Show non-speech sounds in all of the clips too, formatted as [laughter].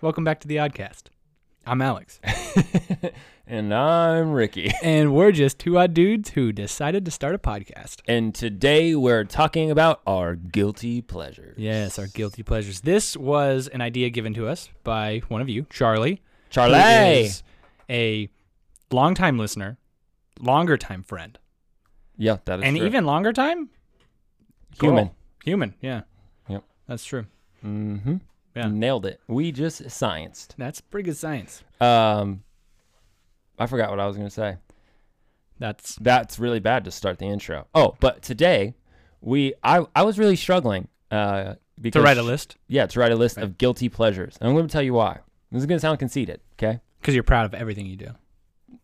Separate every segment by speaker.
Speaker 1: Welcome back to the Oddcast. I'm Alex,
Speaker 2: and I'm Ricky. [laughs]
Speaker 1: and we're just two odd dudes who decided to start a podcast.
Speaker 2: And today we're talking about our guilty pleasures.
Speaker 1: Yes, our guilty pleasures. This was an idea given to us by one of you, Charlie. who
Speaker 2: Charlie.
Speaker 1: is a longtime listener, longer time friend,
Speaker 2: Yeah, that is
Speaker 1: and
Speaker 2: true.
Speaker 1: even longer time
Speaker 2: human.
Speaker 1: girl. Human, yeah.
Speaker 2: Yep.
Speaker 1: That's true.
Speaker 2: Mm-hmm.
Speaker 1: Yeah.
Speaker 2: Nailed it. We just scienced.
Speaker 1: That's pretty good science.
Speaker 2: Um, I forgot what I was gonna say.
Speaker 1: That's
Speaker 2: That's really bad to start the intro. Oh, but today we I I was really struggling. Uh, because
Speaker 1: to write a list
Speaker 2: Yeah, to write a list of guilty pleasures, and I'm going to tell you why. This is going to sound conceited, okay?
Speaker 1: because you're proud of everything you do.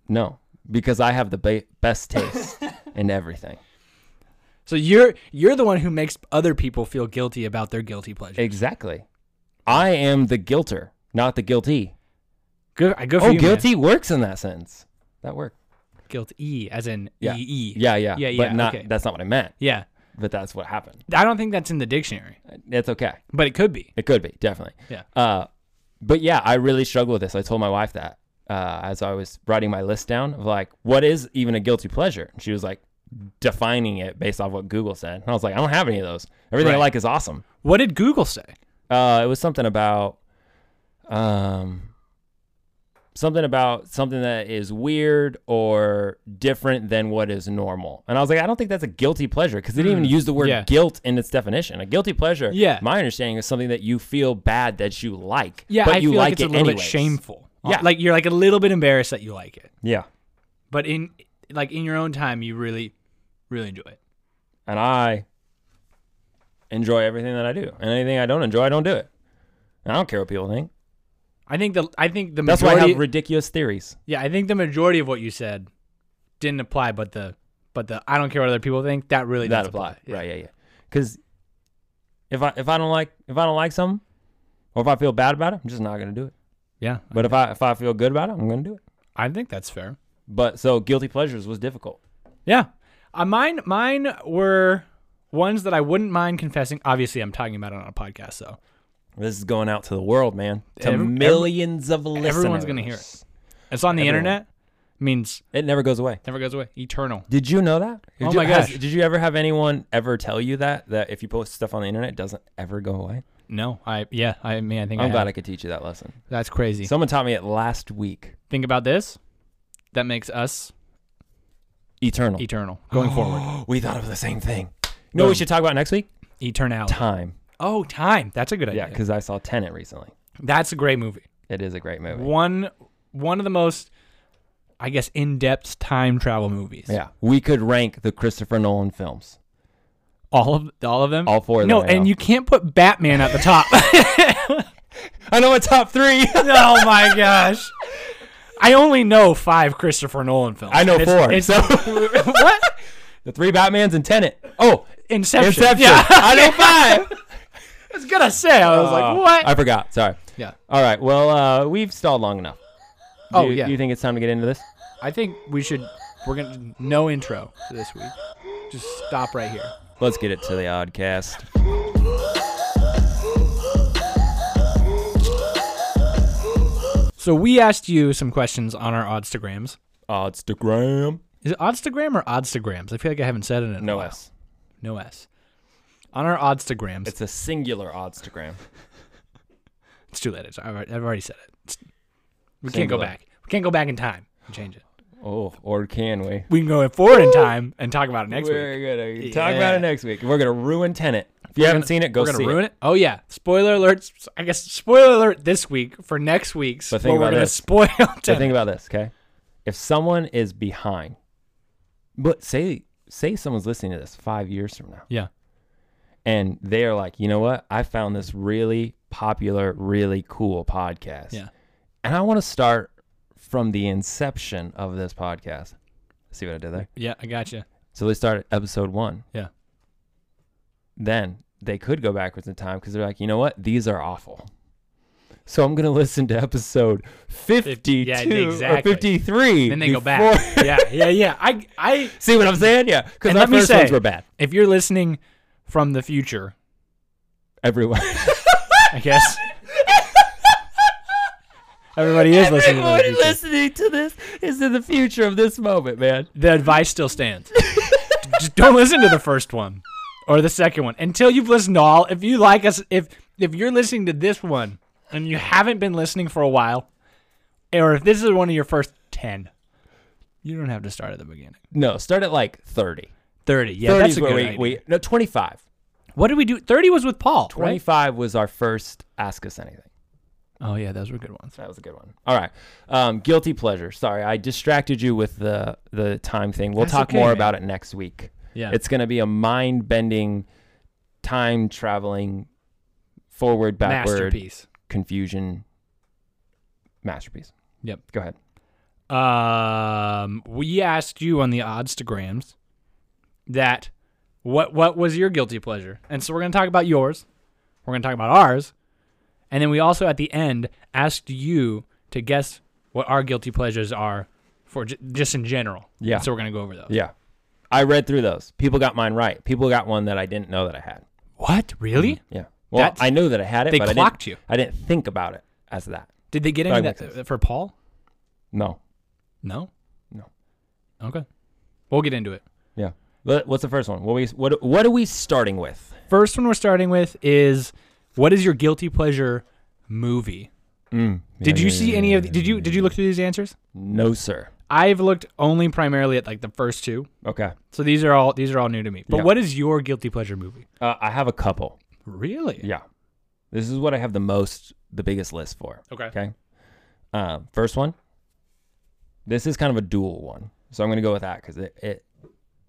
Speaker 2: No, because I have the ba-
Speaker 1: [laughs]
Speaker 2: best taste in everything.
Speaker 1: So you're you're the one who makes other people feel guilty about their guilty pleasure.
Speaker 2: Exactly. I am the guilter, not the guilty.
Speaker 1: Good, I- good for
Speaker 2: oh,
Speaker 1: you. man.
Speaker 2: guilty works in that sentence. That worked.
Speaker 1: Guilty as in
Speaker 2: Yeah.
Speaker 1: E E.
Speaker 2: Yeah, yeah.
Speaker 1: Yeah, yeah,
Speaker 2: But not,
Speaker 1: okay.
Speaker 2: that's not what I meant.
Speaker 1: Yeah.
Speaker 2: But that's what happened.
Speaker 1: I don't think that's in the dictionary,
Speaker 2: It's okay.
Speaker 1: but it could be.
Speaker 2: It could be, definitely.
Speaker 1: Yeah.
Speaker 2: Uh, but yeah, I really struggle with this. I told my wife that uh, as I was writing my list down of like, what is even a guilty pleasure? And she was like, defining it based off what Google said. And I was like, I don't have any of those. Everything I
Speaker 1: Right.
Speaker 2: like is awesome.
Speaker 1: What did Google say?
Speaker 2: Uh, it was something about, um, something about something that is weird or different than what is normal. And I was like, I don't think that's a guilty pleasure because they didn't even use the word
Speaker 1: Mm. yeah.
Speaker 2: guilt in its definition. A guilty pleasure,
Speaker 1: Yeah.
Speaker 2: my understanding is something that you feel bad that you like,
Speaker 1: Yeah,
Speaker 2: but
Speaker 1: I
Speaker 2: you
Speaker 1: feel
Speaker 2: like
Speaker 1: like it's
Speaker 2: it
Speaker 1: a little bit
Speaker 2: anyways.
Speaker 1: shameful.
Speaker 2: Yeah.
Speaker 1: Like you're like a little bit embarrassed that you like it.
Speaker 2: Yeah.
Speaker 1: But in like in your own time you really really enjoy it.
Speaker 2: And I enjoy everything that I do, and anything I don't enjoy, I don't do it. And I don't care what people think.
Speaker 1: I think the I think the
Speaker 2: That's why I
Speaker 1: majority
Speaker 2: have ridiculous theories.
Speaker 1: Yeah, I think the majority of what you said didn't apply but the but the I don't care what other people think that really
Speaker 2: that
Speaker 1: does
Speaker 2: apply.
Speaker 1: Yeah.
Speaker 2: Right, yeah, yeah. Because if I if I don't like if I don't like something, or if I feel bad about it, I'm just not gonna do it.
Speaker 1: Yeah.
Speaker 2: But if I if I feel good about it, I'm gonna do it.
Speaker 1: I think that's fair.
Speaker 2: But so guilty pleasures was difficult.
Speaker 1: Yeah. Uh, mine mine were ones that I wouldn't mind confessing. Obviously, I'm talking about it on a podcast, so
Speaker 2: This is going out to the world, man. To
Speaker 1: Every- every-
Speaker 2: millions of listeners.
Speaker 1: everyone's gonna hear it. it's on the
Speaker 2: Everyone.
Speaker 1: internet. Means
Speaker 2: It never goes away.
Speaker 1: never goes away. Eternal.
Speaker 2: Did you know that?
Speaker 1: Oh
Speaker 2: Did-
Speaker 1: my
Speaker 2: has-
Speaker 1: gosh.
Speaker 2: Did you ever have anyone ever tell you that that if you post stuff on the internet, it doesn't ever go away?
Speaker 1: No, I yeah. I mean, I think
Speaker 2: I'm
Speaker 1: I
Speaker 2: glad
Speaker 1: have.
Speaker 2: I could teach you that lesson.
Speaker 1: That's crazy.
Speaker 2: Someone taught me it last week.
Speaker 1: Think about this. That makes us
Speaker 2: Eternal.
Speaker 1: eternal
Speaker 2: Oh.
Speaker 1: going forward.
Speaker 2: we thought of the same thing. You know
Speaker 1: E-
Speaker 2: what we
Speaker 1: Boom.
Speaker 2: should talk about next week?
Speaker 1: Eternal.
Speaker 2: Time.
Speaker 1: Oh, time. That's a good
Speaker 2: Yeah,
Speaker 1: idea.
Speaker 2: because I saw Tenet recently.
Speaker 1: That's a great movie.
Speaker 2: It is a great movie.
Speaker 1: One one of the most, I guess, in depth time travel movies.
Speaker 2: Yeah, we could rank the Christopher Nolan films.
Speaker 1: All of all of them.
Speaker 2: All four of
Speaker 1: No,
Speaker 2: them, I
Speaker 1: and
Speaker 2: know.
Speaker 1: you can't put Batman at the top.
Speaker 2: [laughs] I know a top three. [laughs]
Speaker 1: [laughs] oh my gosh. I only know five Christopher Nolan films.
Speaker 2: I know
Speaker 1: It's-
Speaker 2: four.
Speaker 1: it's-
Speaker 2: so
Speaker 1: [laughs] what?
Speaker 2: the three Batman's and Tenet. Oh,
Speaker 1: Inception.
Speaker 2: Inception.
Speaker 1: Yeah,
Speaker 2: [laughs]
Speaker 1: [laughs]
Speaker 2: I know five.
Speaker 1: I was gonna say. I was
Speaker 2: Uh,
Speaker 1: like, what?
Speaker 2: I forgot. Sorry.
Speaker 1: yeah.
Speaker 2: All right. Well, uh, we've stalled long enough. Do
Speaker 1: Oh,
Speaker 2: you,
Speaker 1: yeah.
Speaker 2: Do you think it's time to get into this?
Speaker 1: I think we should. We're gonna no intro for this week. Just stop right here.
Speaker 2: Let's get it to the oddcast.
Speaker 1: So we asked you some questions on our Oddstagrams.
Speaker 2: Oddstagram.
Speaker 1: Is it Oddstagram or Oddstagrams? I feel like I haven't said it in a
Speaker 2: No
Speaker 1: while.
Speaker 2: S.
Speaker 1: No S. On our Oddstagrams. It's,
Speaker 2: It's a singular Oddstagram.
Speaker 1: too late. It's, I've already I've already said it. It's- we can't go
Speaker 2: Singular.
Speaker 1: back. We can't go back in time and change it.
Speaker 2: Oh, or can we?
Speaker 1: We can go forward in time and talk about it next week.
Speaker 2: We're gonna talk about
Speaker 1: Yeah.
Speaker 2: it next week. We're gonna ruin Tenet. If you
Speaker 1: We're
Speaker 2: haven't
Speaker 1: gonna-
Speaker 2: seen it, go
Speaker 1: we're gonna
Speaker 2: see
Speaker 1: ruin
Speaker 2: it.
Speaker 1: it. Oh yeah, spoiler alert! s- I guess spoiler alert this week for next week's.
Speaker 2: But think
Speaker 1: where we're
Speaker 2: about
Speaker 1: gonna
Speaker 2: this.
Speaker 1: spoil. [laughs]
Speaker 2: So
Speaker 1: Tenet.
Speaker 2: think about this, okay? If someone is behind, but say say someone's listening to this five years from now,
Speaker 1: yeah,
Speaker 2: and they are like, you know what? I found this really popular, really cool podcast,
Speaker 1: yeah.
Speaker 2: and I want to start from the inception of this podcast. See what I did there?
Speaker 1: Yeah, I gotcha.
Speaker 2: So they start at episode one.
Speaker 1: Yeah.
Speaker 2: Then they could go backwards in time because they're like, you know what? These are awful. So I'm gonna [laughs] listen to episode fifty-two
Speaker 1: yeah,
Speaker 2: or
Speaker 1: exactly.
Speaker 2: fifty-three.
Speaker 1: Then they go
Speaker 2: before-
Speaker 1: back. [laughs] yeah, yeah, yeah. I, I.
Speaker 2: [laughs] See what I'm saying? Yeah. Because
Speaker 1: And
Speaker 2: our
Speaker 1: let me
Speaker 2: first
Speaker 1: say-
Speaker 2: ones were bad.
Speaker 1: If you're listening from the future,
Speaker 2: [laughs] Everyone.
Speaker 1: I guess. Everybody is listening. to
Speaker 2: Everyone
Speaker 1: this.
Speaker 2: listening to this is in the future of this moment, man.
Speaker 1: the advice still stands. Just don't listen to the first one or the second one until you've listened to all. If you like us, if if you're listening to this one and you haven't been listening for a while, or if this is one of your first ten, you don't have to start at the beginning.
Speaker 2: No, start at like 30.
Speaker 1: Thirty, yeah,
Speaker 2: 30
Speaker 1: that's
Speaker 2: is
Speaker 1: a good
Speaker 2: where we,
Speaker 1: idea.
Speaker 2: we no 25.
Speaker 1: What did we do? Thirty was with Paul, right?
Speaker 2: 25 was our first ask us anything.
Speaker 1: Oh yeah, those were good ones.
Speaker 2: That was a good one. All right. Um, guilty pleasure. Sorry, I distracted you with the the time thing. We'll
Speaker 1: That's
Speaker 2: talk
Speaker 1: okay,
Speaker 2: more
Speaker 1: man.
Speaker 2: about it next week.
Speaker 1: Yeah,
Speaker 2: It's going to be a mind-bending time traveling forward backward
Speaker 1: masterpiece.
Speaker 2: confusion masterpiece.
Speaker 1: Yep.
Speaker 2: Go ahead.
Speaker 1: Um, we asked you on the Oddstagrams that what what was your guilty pleasure, and so we're gonna talk about yours. We're gonna talk about ours, and then we also at the end asked you to guess what our guilty pleasures are for j- just in general.
Speaker 2: Yeah.
Speaker 1: So we're gonna go over those.
Speaker 2: Yeah. I read through those. People got mine right. People got one that I didn't know that I had.
Speaker 1: What really?
Speaker 2: Yeah. Well,
Speaker 1: That's-
Speaker 2: I knew that I had it,
Speaker 1: they
Speaker 2: but
Speaker 1: clocked
Speaker 2: I
Speaker 1: you.
Speaker 2: didn't, I didn't think about it as that.
Speaker 1: Did they get
Speaker 2: That
Speaker 1: any
Speaker 2: makes
Speaker 1: that,
Speaker 2: sense.
Speaker 1: for Paul?
Speaker 2: No.
Speaker 1: No.
Speaker 2: No.
Speaker 1: Okay. We'll get into it.
Speaker 2: Yeah. What- What's the first one? What we what what are we starting with?
Speaker 1: First one we're starting with is what is your guilty pleasure movie?
Speaker 2: Mm.
Speaker 1: Did you see any of the, did you did you look through these answers?
Speaker 2: No, sir.
Speaker 1: I've looked only primarily at like the first two.
Speaker 2: Okay.
Speaker 1: So these are all these are all new to me. But
Speaker 2: Yeah.
Speaker 1: what is your guilty pleasure movie?
Speaker 2: Uh, I have a couple.
Speaker 1: Really?
Speaker 2: Yeah. This is what I have the most, the biggest list for.
Speaker 1: Okay.
Speaker 2: Okay. Uh, first one. This is kind of a dual one, so I'm going to go with that because it it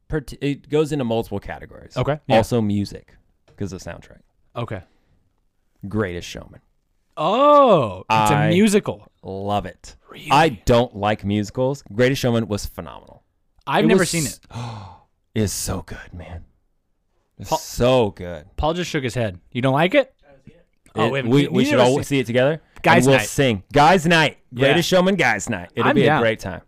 Speaker 2: part- it goes into multiple categories.
Speaker 1: Okay, yeah.
Speaker 2: Also music because of soundtrack.
Speaker 1: Okay.
Speaker 2: Greatest Showman.
Speaker 1: Oh, it's
Speaker 2: I-
Speaker 1: a musical.
Speaker 2: Love it.
Speaker 1: Really?
Speaker 2: I don't like musicals. Greatest Showman was phenomenal.
Speaker 1: I've
Speaker 2: It
Speaker 1: never
Speaker 2: was-
Speaker 1: seen it.
Speaker 2: [gasps] It is so good, man. It's
Speaker 1: Paul-
Speaker 2: so good.
Speaker 1: Paul just shook his head. You don't like it? Oh,
Speaker 2: It-
Speaker 1: wait,
Speaker 2: we,
Speaker 1: you-
Speaker 2: we
Speaker 1: you
Speaker 2: should
Speaker 1: never
Speaker 2: all see it together.
Speaker 1: Guys
Speaker 2: and we'll
Speaker 1: night.
Speaker 2: sing. Guys night.
Speaker 1: Yeah.
Speaker 2: Greatest showman guys night. It'll
Speaker 1: I'm
Speaker 2: be
Speaker 1: down.
Speaker 2: a great time.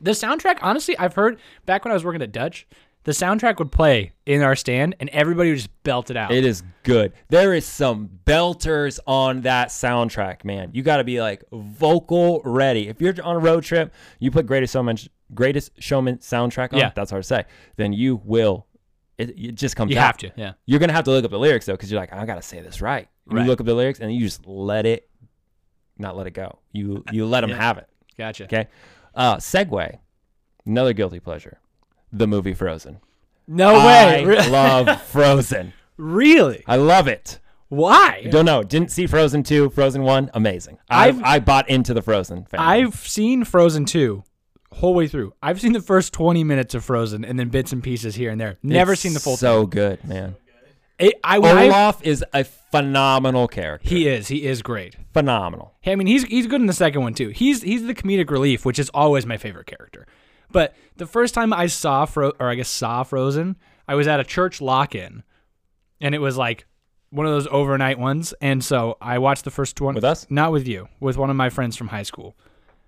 Speaker 1: The soundtrack, honestly, I've heard back when I was working at Dutch, the soundtrack would play in our stand and everybody would just belt it out.
Speaker 2: It is good. There is some belters on that soundtrack, man. You got to be like vocal ready. If you're on a road trip, you put greatest showman greatest showman soundtrack on.
Speaker 1: Yeah.
Speaker 2: That's hard to say. Then you will it, it just comes
Speaker 1: you
Speaker 2: out.
Speaker 1: have to. Yeah.
Speaker 2: You're going to have to look up the lyrics though cuz you're like I got to say this right. You
Speaker 1: Right.
Speaker 2: look up the lyrics and you just let it not let it go. You you let them
Speaker 1: Yeah.
Speaker 2: have it.
Speaker 1: Gotcha.
Speaker 2: Okay. Uh, segue. Another guilty pleasure. The movie Frozen.
Speaker 1: No
Speaker 2: I
Speaker 1: way. Re- [laughs]
Speaker 2: love Frozen.
Speaker 1: really?
Speaker 2: I love it.
Speaker 1: Why?
Speaker 2: Don't know. Didn't see Frozen 2, Frozen 1. Amazing. I've,
Speaker 1: I've-
Speaker 2: I bought into the Frozen family.
Speaker 1: I've seen Frozen 2 whole way through. I've seen the first 20 minutes of Frozen and then bits and pieces here and there. Never
Speaker 2: It's
Speaker 1: seen the full thing.
Speaker 2: So good, man.
Speaker 1: It, I, when I-
Speaker 2: Olaf is a phenomenal character.
Speaker 1: he is. He is great.
Speaker 2: Phenomenal.
Speaker 1: I mean, he's he's good in the second one too. He's he's the comedic relief, which is always my favorite character. But the first time I saw Fro or I guess saw Frozen, I was at a church lock-in, and it was like one of those overnight ones. And so I watched the first one
Speaker 2: With us?
Speaker 1: not with you, with one of my friends from high school.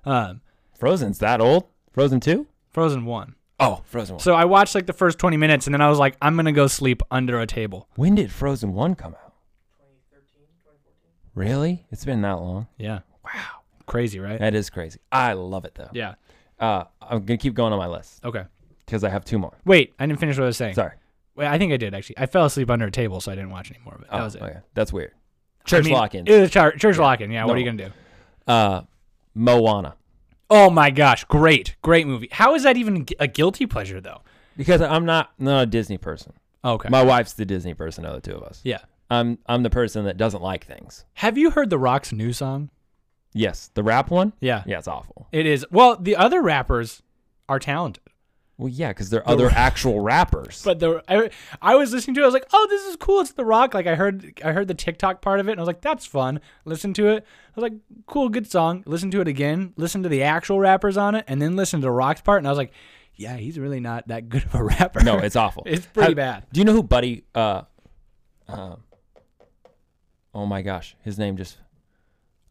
Speaker 1: Um,
Speaker 2: Frozen's that old? Frozen 2?
Speaker 1: Frozen one.
Speaker 2: Oh, Frozen 1.
Speaker 1: So I watched like the first 20 minutes, and then I was like, I'm gonna go sleep under a table.
Speaker 2: when did Frozen 1 come out? 2013, 2014. Really? It's been that long.
Speaker 1: Yeah. Wow. Crazy, right?
Speaker 2: That is crazy. I love it though.
Speaker 1: Yeah.
Speaker 2: Uh, I'm gonna keep going on my list
Speaker 1: Okay.
Speaker 2: because I have two more.
Speaker 1: Wait, I didn't finish what I was saying.
Speaker 2: Sorry.
Speaker 1: Wait, I think I did actually. I fell asleep under a table, so I didn't watch any more of it. That
Speaker 2: Oh,
Speaker 1: was it.
Speaker 2: Okay. That's weird.
Speaker 1: I
Speaker 2: Church
Speaker 1: mean,
Speaker 2: lock-ins.
Speaker 1: It was char- church lock-in. Yeah. What are you
Speaker 2: No.
Speaker 1: gonna do?
Speaker 2: Uh, Moana.
Speaker 1: Oh my gosh! Great, great movie. How is that even gu- a guilty pleasure though?
Speaker 2: Because I'm not not a Disney person.
Speaker 1: Okay.
Speaker 2: My wife's the Disney person of the two of us.
Speaker 1: yeah.
Speaker 2: I'm I'm the person that doesn't like things.
Speaker 1: Have you heard the Rock's new song?
Speaker 2: Yes, the rap one.
Speaker 1: Yeah.
Speaker 2: Yeah, it's awful.
Speaker 1: It is. Well, the other rappers are talented,
Speaker 2: Well, yeah, because they're other
Speaker 1: [laughs]
Speaker 2: actual rappers.
Speaker 1: but the I, I was listening to it. I was like, oh, this is cool. It's the Rock. Like I heard I heard the TikTok part of it, and I was like, that's fun. Listen to it. I was like, cool, good song. Listen to it again. Listen to the actual rappers on it, and then listen to Rock's part. And I was like, yeah, he's really not that good of a [laughs] rapper.
Speaker 2: no, it's awful.
Speaker 1: [laughs] It's pretty
Speaker 2: Have-
Speaker 1: bad.
Speaker 2: Do you know who Buddy? Uh, uh, oh my gosh, his name just.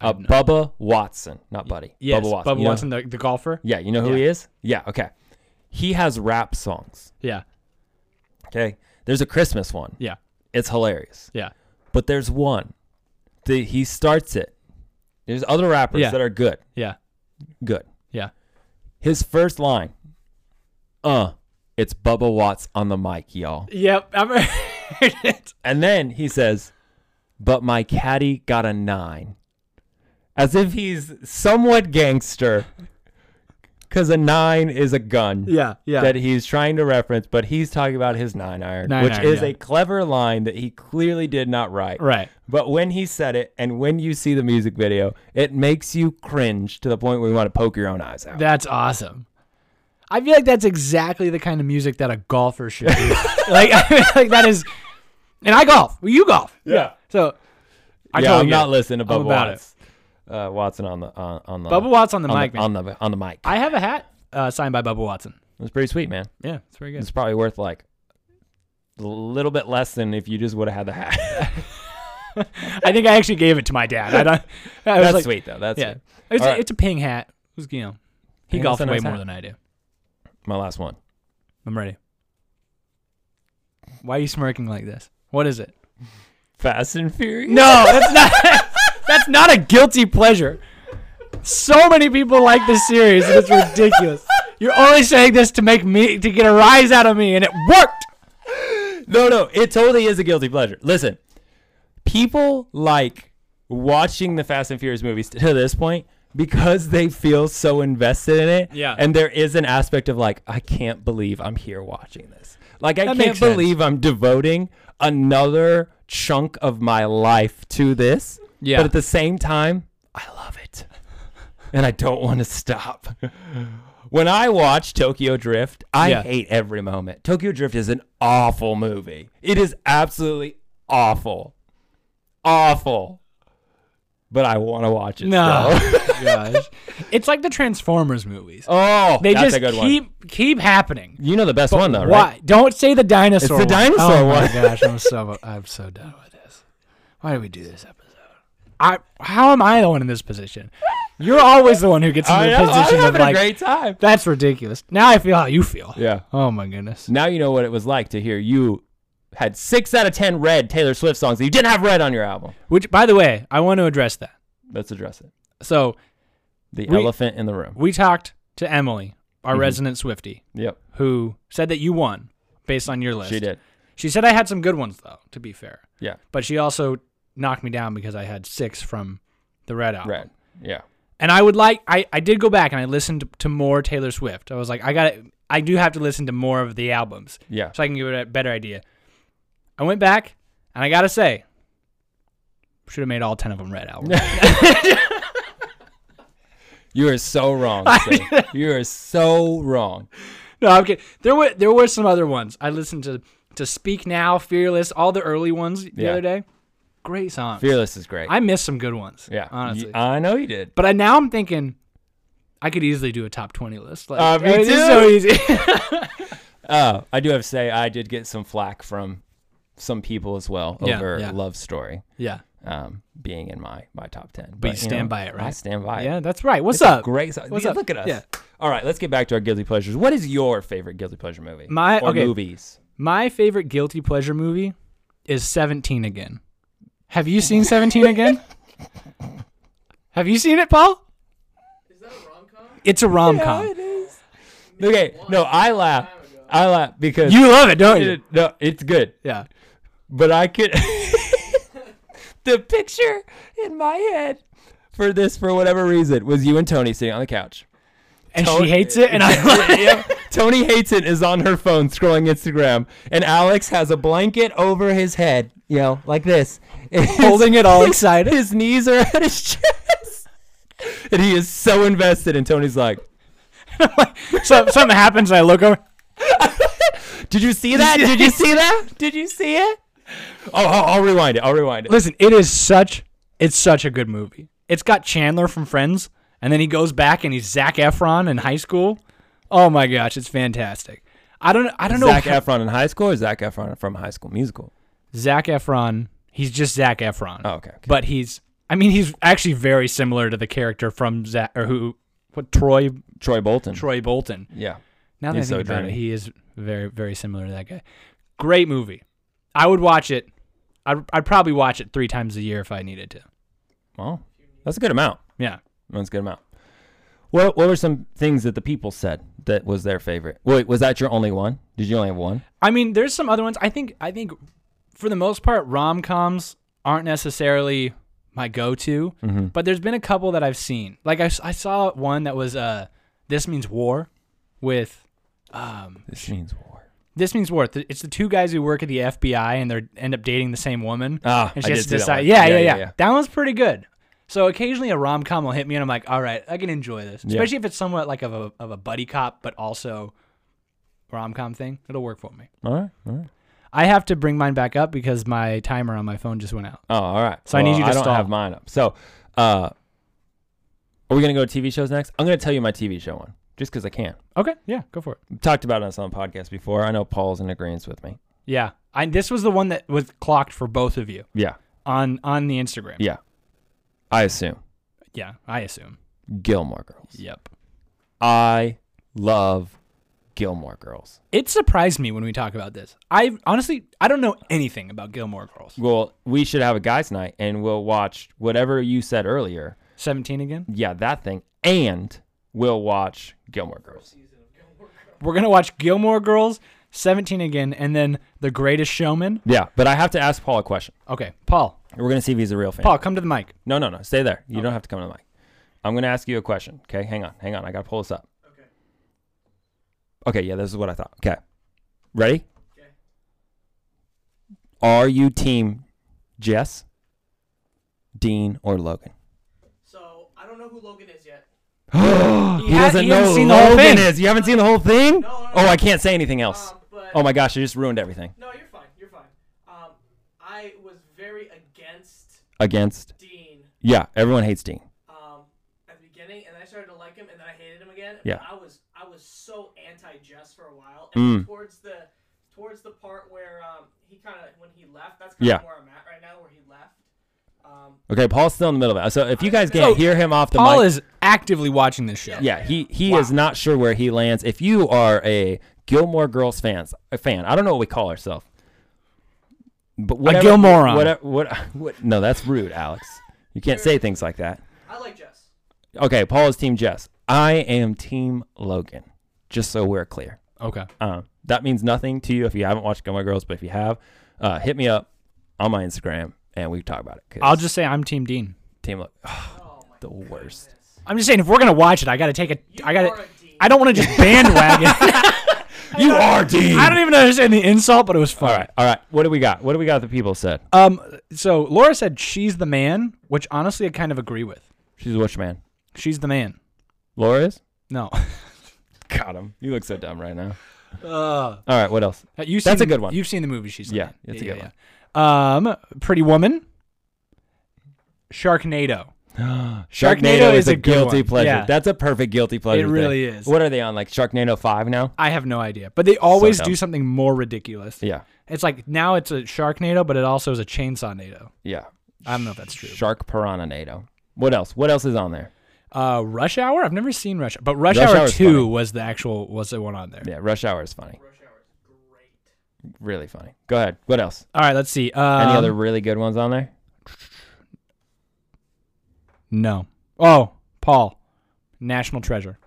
Speaker 2: Uh, Bubba Watson, not Buddy.
Speaker 1: Yes,
Speaker 2: Bubba
Speaker 1: Bubba
Speaker 2: Watson. You know-
Speaker 1: Watson the, the golfer.
Speaker 2: Yeah, you know who he is? Yeah, okay. He has rap songs.
Speaker 1: Yeah,
Speaker 2: Okay. There's a Christmas one.
Speaker 1: yeah,
Speaker 2: It's hilarious.
Speaker 1: yeah.
Speaker 2: But there's one. The, he starts it. There's other rappers
Speaker 1: Yeah.
Speaker 2: that are good.
Speaker 1: Yeah.
Speaker 2: Good.
Speaker 1: Yeah.
Speaker 2: His first line. Uh, it's Bubba Watts on the mic, y'all.
Speaker 1: Yep. I've heard it.
Speaker 2: And then he says, But my caddy got a nine. As if he's somewhat gangster. Cause a nine is a gun.
Speaker 1: [laughs] Yeah. Yeah.
Speaker 2: that he's trying to reference, but he's talking about his nine iron,
Speaker 1: Nine
Speaker 2: which
Speaker 1: iron,
Speaker 2: is
Speaker 1: yeah.
Speaker 2: a clever line that he clearly did not write.
Speaker 1: right.
Speaker 2: But when he said it, and when you see the music video, it makes you cringe to the point where you want to poke your own eyes out.
Speaker 1: That's awesome. I feel like that's exactly the kind of music that a golfer should
Speaker 2: [laughs]
Speaker 1: do. like, I feel like that is, and I golf. Well, you golf.
Speaker 2: yeah,
Speaker 1: So, I
Speaker 2: yeah.
Speaker 1: totally
Speaker 2: I'm
Speaker 1: get
Speaker 2: not
Speaker 1: it.
Speaker 2: listening to
Speaker 1: I'm
Speaker 2: Bubba
Speaker 1: about it.
Speaker 2: Watts. Uh, Watson on the on, on the
Speaker 1: Bubba Watts on the
Speaker 2: on
Speaker 1: mic,
Speaker 2: the,
Speaker 1: man.
Speaker 2: on the on the mic.
Speaker 1: I have a hat uh, signed by Bubba Watson.
Speaker 2: It was pretty sweet, man.
Speaker 1: Yeah, it's very good.
Speaker 2: It's probably worth like a little bit less than if you just would have had the hat. [laughs]
Speaker 1: I think I actually gave it to my dad.
Speaker 2: [laughs]
Speaker 1: I don't, I was
Speaker 2: That's
Speaker 1: like,
Speaker 2: sweet though. That's
Speaker 1: Yeah,
Speaker 2: sweet.
Speaker 1: it's,
Speaker 2: All
Speaker 1: a,
Speaker 2: right.
Speaker 1: it's a ping hat. It was, you know, he
Speaker 2: Ping
Speaker 1: golfed
Speaker 2: hat's a
Speaker 1: way
Speaker 2: nice
Speaker 1: more
Speaker 2: hat.
Speaker 1: than I do.
Speaker 2: my last one.
Speaker 1: I'm ready. Why are you smirking like this? What is it?
Speaker 2: Fast and Furious.
Speaker 1: No, that's not. [laughs] that's not a guilty pleasure. So many people like this series, and it's ridiculous. You're only saying this to make me to get a rise out of me, and it worked.
Speaker 2: No, no, it totally is a guilty pleasure. Listen, people like watching the Fast and Furious movies to this point because they feel so invested in it.
Speaker 1: Yeah.
Speaker 2: And there is an aspect of like, I can't believe I'm here watching this. Like, I
Speaker 1: That
Speaker 2: can't
Speaker 1: makes sense.
Speaker 2: believe I'm devoting another chunk of my life to this.
Speaker 1: Yeah.
Speaker 2: But at the same time, I love it. And I don't want to stop. When I watch Tokyo Drift, I
Speaker 1: Yeah.
Speaker 2: hate every moment. Tokyo Drift is an awful movie. It is absolutely awful. Awful. But I want to watch it
Speaker 1: No, [laughs]
Speaker 2: still.
Speaker 1: gosh. it's like the Transformers movies.
Speaker 2: Oh,
Speaker 1: They
Speaker 2: that's
Speaker 1: just
Speaker 2: a good
Speaker 1: keep
Speaker 2: one.
Speaker 1: keep happening.
Speaker 2: You know the best one though,
Speaker 1: Why?
Speaker 2: right?
Speaker 1: Don't say the dinosaur.
Speaker 2: It's the
Speaker 1: one.
Speaker 2: dinosaur
Speaker 1: oh
Speaker 2: one.
Speaker 1: my gosh, I'm so I'm so done with this. Why do we do this episode? I how am I the one in this position? You're always the one who gets into
Speaker 2: I
Speaker 1: the
Speaker 2: know, I'm
Speaker 1: position of
Speaker 2: having
Speaker 1: like
Speaker 2: a great time.
Speaker 1: that's ridiculous. Now I feel how you feel.
Speaker 2: Yeah.
Speaker 1: Oh my goodness.
Speaker 2: Now you know what it was like to hear you had six out of ten red Taylor Swift songs that you didn't have red on your album.
Speaker 1: Which by the way, I want to address that.
Speaker 2: Let's address it.
Speaker 1: So
Speaker 2: The
Speaker 1: We-
Speaker 2: elephant in the room.
Speaker 1: we talked to Emily, our
Speaker 2: Mm-hmm.
Speaker 1: resident Swifty,
Speaker 2: Yep,
Speaker 1: who said that you won based on your list.
Speaker 2: she did.
Speaker 1: She said I had some good ones though, to be fair.
Speaker 2: Yeah,
Speaker 1: But she also knocked me down because I had six from the red album.
Speaker 2: red. Yeah.
Speaker 1: And I would like I, I did go back and I listened to more Taylor Swift. I was like, I got to I do have to listen to more of the albums
Speaker 2: Yeah.
Speaker 1: so I can give it a better idea. I went back and I gotta say, should have made all ten of them red
Speaker 2: [laughs]
Speaker 1: albums.
Speaker 2: You are
Speaker 1: [laughs]
Speaker 2: so wrong. Sid. you are so wrong.
Speaker 1: no, I'm kidding. There were there were some other ones. I listened to to Speak Now, Fearless, all the early ones the
Speaker 2: Yeah.
Speaker 1: other day. Great songs.
Speaker 2: Fearless is great.
Speaker 1: I missed some good ones.
Speaker 2: yeah.
Speaker 1: honestly.
Speaker 2: Y- I know you did.
Speaker 1: But I, now I'm thinking I could easily do a top 20 list. Like,
Speaker 2: Uh, me
Speaker 1: I mean, This is so
Speaker 2: [laughs]
Speaker 1: easy.
Speaker 2: Oh, I do have to say I did get some flack from some people as well
Speaker 1: Yeah,
Speaker 2: over
Speaker 1: yeah.
Speaker 2: Love Story
Speaker 1: yeah.
Speaker 2: um, being in my my top ten. But,
Speaker 1: you stand by it, right?
Speaker 2: I stand by it.
Speaker 1: Yeah, that's right. What's
Speaker 2: It's a
Speaker 1: up?
Speaker 2: Great. song.
Speaker 1: What's
Speaker 2: Yeah,
Speaker 1: up?
Speaker 2: Look at us.
Speaker 1: Yeah.
Speaker 2: All right, let's get back to our guilty pleasures. What is your favorite guilty pleasure movie?
Speaker 1: My-
Speaker 2: or
Speaker 1: okay.
Speaker 2: movies.
Speaker 1: My favorite guilty pleasure movie is 17 again. Have you [laughs] seen 17 again? Have you seen it, Paul? Is that a rom com? It's a rom com.
Speaker 2: Okay. No, I laugh. I laugh because
Speaker 1: you love it, don't you?
Speaker 2: It- no, it's good.
Speaker 1: Yeah.
Speaker 2: but I could. [laughs] the picture in my head for this, for whatever reason, was you and Tony sitting on the couch.
Speaker 1: And
Speaker 2: Tony-
Speaker 1: she hates it, [laughs] and I love it.
Speaker 2: Yep. Tony hates it is on her phone scrolling Instagram, and Alex has a blanket over his head, you know, like
Speaker 1: [laughs]
Speaker 2: this, And his-
Speaker 1: Holding it
Speaker 2: [laughs]
Speaker 1: all excited.
Speaker 2: His knees are at his chest, [laughs] and he is so invested. And Tony's like,
Speaker 1: so, something happens, and I look over.
Speaker 2: "Did you see that? Did you see that?
Speaker 1: [laughs]
Speaker 2: Did you see it?" Oh, I'll, I'll rewind it. I'll rewind it.
Speaker 1: Listen, it is such it's such a good movie. It's got Chandler from Friends, and then he goes back and he's Zach Efron in high school. Oh my gosh, it's fantastic. I don't I don't know
Speaker 2: Zach
Speaker 1: how-
Speaker 2: Efron in high school or Zach Efron from High School Musical?
Speaker 1: Zac Efron. He's just Zach Efron.
Speaker 2: Oh, okay. okay.
Speaker 1: But he's I mean he's actually very similar to the character from Zach or who what Troy
Speaker 2: Troy Bolton.
Speaker 1: Troy Bolton.
Speaker 2: Yeah.
Speaker 1: Now that
Speaker 2: He's
Speaker 1: I
Speaker 2: so
Speaker 1: think about
Speaker 2: dreamy.
Speaker 1: it, he is very very similar to that guy. Great movie. I would watch it. I'd, I'd probably watch it three times a year if I needed to.
Speaker 2: Well, That's a good amount.
Speaker 1: Yeah.
Speaker 2: That's a good amount. What What were some things that the people said that was their favorite? Wait, was that your only one? Did you only have one?
Speaker 1: I mean, there's some other ones. I think I think for the most part, rom coms aren't necessarily my go to,
Speaker 2: Mm-hmm.
Speaker 1: but there's been a couple that I've seen. Like I, s- I saw one that was uh, This Means War with um,
Speaker 2: This means war.
Speaker 1: This Means War. Th- It's the two guys who work at the FBI and they end up dating the same woman.
Speaker 2: Ah,
Speaker 1: and
Speaker 2: I
Speaker 1: she has to
Speaker 2: did see that
Speaker 1: decide.
Speaker 2: one.
Speaker 1: Yeah yeah,
Speaker 2: Yeah,
Speaker 1: yeah,
Speaker 2: yeah, yeah.
Speaker 1: That one's pretty good. So occasionally a rom com will hit me and I'm like, all right, I can enjoy this. Especially if it's somewhat like of a, of a buddy cop, but also rom com thing. It'll work for me.
Speaker 2: All right, all right.
Speaker 1: I have to bring mine back up because my timer on my phone just went out.
Speaker 2: Oh, all right.
Speaker 1: So I need you to
Speaker 2: I don't
Speaker 1: stall.
Speaker 2: have mine up. So, uh, are we gonna go to TV shows next? I'm gonna tell you my TV show one, just because I can.
Speaker 1: Okay, yeah, go for it.
Speaker 2: I've talked about this on the podcast before. I know Paul's in agreement with me.
Speaker 1: Yeah, I, this was the one that was clocked for both of you
Speaker 2: Yeah,
Speaker 1: on on the Instagram.
Speaker 2: yeah. I assume
Speaker 1: Yeah, I assume.
Speaker 2: Gilmore Girls.
Speaker 1: Yep.
Speaker 2: I love Gilmore Girls.
Speaker 1: It surprised me when we talk about this. I honestly, I don't know anything about Gilmore Girls.
Speaker 2: Well, we should have a guys' night, and we'll watch whatever you said earlier.
Speaker 1: Seventeen again.
Speaker 2: Yeah, that thing, and we'll watch Gilmore Girls.
Speaker 1: We're gonna watch Gilmore Girls, Seventeen again, and then The Greatest Showman.
Speaker 2: Yeah, but I have to ask Paul a question.
Speaker 1: Okay, Paul.
Speaker 2: We're gonna see if he's a real fan.
Speaker 1: Paul, come to the mic.
Speaker 2: No, no, no. Stay there. You don't have to come to the mic. I'm going to ask you a question. Okay. Hang on. Hang on. I got to pull this up. Okay. Okay. Yeah. This is what I thought. Okay. Ready? Okay. Are you team Jess, Dean, or Logan?
Speaker 3: So I don't know who Logan is yet.
Speaker 2: he
Speaker 1: ha-
Speaker 2: doesn't
Speaker 1: he
Speaker 2: know
Speaker 1: hasn't
Speaker 2: who
Speaker 1: seen the whole
Speaker 2: Logan
Speaker 1: thing.
Speaker 2: is. You haven't seen the whole thing?
Speaker 3: No, no,
Speaker 2: Oh,
Speaker 3: no.
Speaker 2: I can't say anything else.
Speaker 3: Um, but
Speaker 2: oh my gosh, I just ruined everything.
Speaker 3: no, you're fine. You're fine. Um, I was very against
Speaker 2: Against.
Speaker 3: Dean
Speaker 2: Yeah, everyone hates Dean.
Speaker 3: um, at the beginning, and then I started to like him, and then I hated him again.
Speaker 2: Yeah.
Speaker 3: I was I was so anti Jess for a while,
Speaker 2: Mm.
Speaker 3: and towards the towards the part where um, he kind of when he left, that's kind
Speaker 2: Yeah.
Speaker 3: of where I'm at right now, where he left. Um,
Speaker 2: Okay, Paul's still in the middle of it. So if you guys can't
Speaker 1: So,
Speaker 2: hear him off the mic,
Speaker 1: Paul is actively watching this show.
Speaker 2: Yeah, he he is not sure where he lands. If you are a Gilmore Girls fans, a fan, I don't know what we call ourselves, but whatever,
Speaker 1: Gilmoron.
Speaker 2: What, what, what, no, that's rude, Alex. You can't say things like that.
Speaker 3: I like Jess.
Speaker 2: Okay, Paul is Team Jess. I am Team Logan. Just so we're clear,
Speaker 1: Okay.
Speaker 2: um, that means nothing to you if you haven't watched Gilmore Girls, but if you have, uh, hit me up on my Instagram and we can talk about it. 'cause
Speaker 1: I'll just say I'm Team Dean.
Speaker 2: Team Logan,
Speaker 3: Oh my.
Speaker 2: [sighs] the worst.
Speaker 1: I'm just saying if we're gonna watch it, I gotta take a. I
Speaker 3: are
Speaker 1: gotta.
Speaker 3: a Dean.
Speaker 1: I don't want to just [laughs] bandwagon.
Speaker 2: You are Team.
Speaker 1: I don't even understand the insult, but it was fun.
Speaker 2: all right, all right. What do we got? What do we got? The people said
Speaker 1: Um. So Laura said she's the man, which honestly I kind of agree with.
Speaker 2: she's a witch man.
Speaker 1: She's the man.
Speaker 2: Laura is? [laughs]
Speaker 1: No.
Speaker 2: Got him. You look so dumb right now.
Speaker 1: Uh,
Speaker 2: All right, what else?
Speaker 1: you
Speaker 2: That's a good one.
Speaker 1: You've seen the movie. She's the
Speaker 2: Yeah,
Speaker 1: man.
Speaker 2: that's a good
Speaker 1: one. Um. Pretty Woman. Sharknado.
Speaker 2: [gasps] Sharknado is,
Speaker 1: is
Speaker 2: a
Speaker 1: a good
Speaker 2: guilty
Speaker 1: one.
Speaker 2: pleasure.
Speaker 1: Yeah.
Speaker 2: That's a perfect guilty pleasure. thing.
Speaker 1: really is.
Speaker 2: What are they on? Like Sharknado 5 now?
Speaker 1: I have no idea, but they always
Speaker 2: dumb.
Speaker 1: do something more ridiculous.
Speaker 2: Yeah.
Speaker 1: It's like now it's a Sharknado, but it also is a Chainsaw Nado.
Speaker 2: Yeah.
Speaker 1: I don't know if that's true.
Speaker 2: Shark Piranha NATO. What else? What else is on there?
Speaker 1: Uh, Rush Hour. I've never seen Rush, but Rush,
Speaker 2: Rush
Speaker 1: Hour
Speaker 2: Hour's
Speaker 1: Two
Speaker 2: funny.
Speaker 1: was the actual was the one on there.
Speaker 2: Yeah, Rush Hour is funny.
Speaker 3: Rush Hour is great.
Speaker 2: Really funny. Go ahead. What else?
Speaker 1: All right, let's see. Um,
Speaker 2: Any other really good ones on there?
Speaker 1: No. Oh, Paul, National Treasure.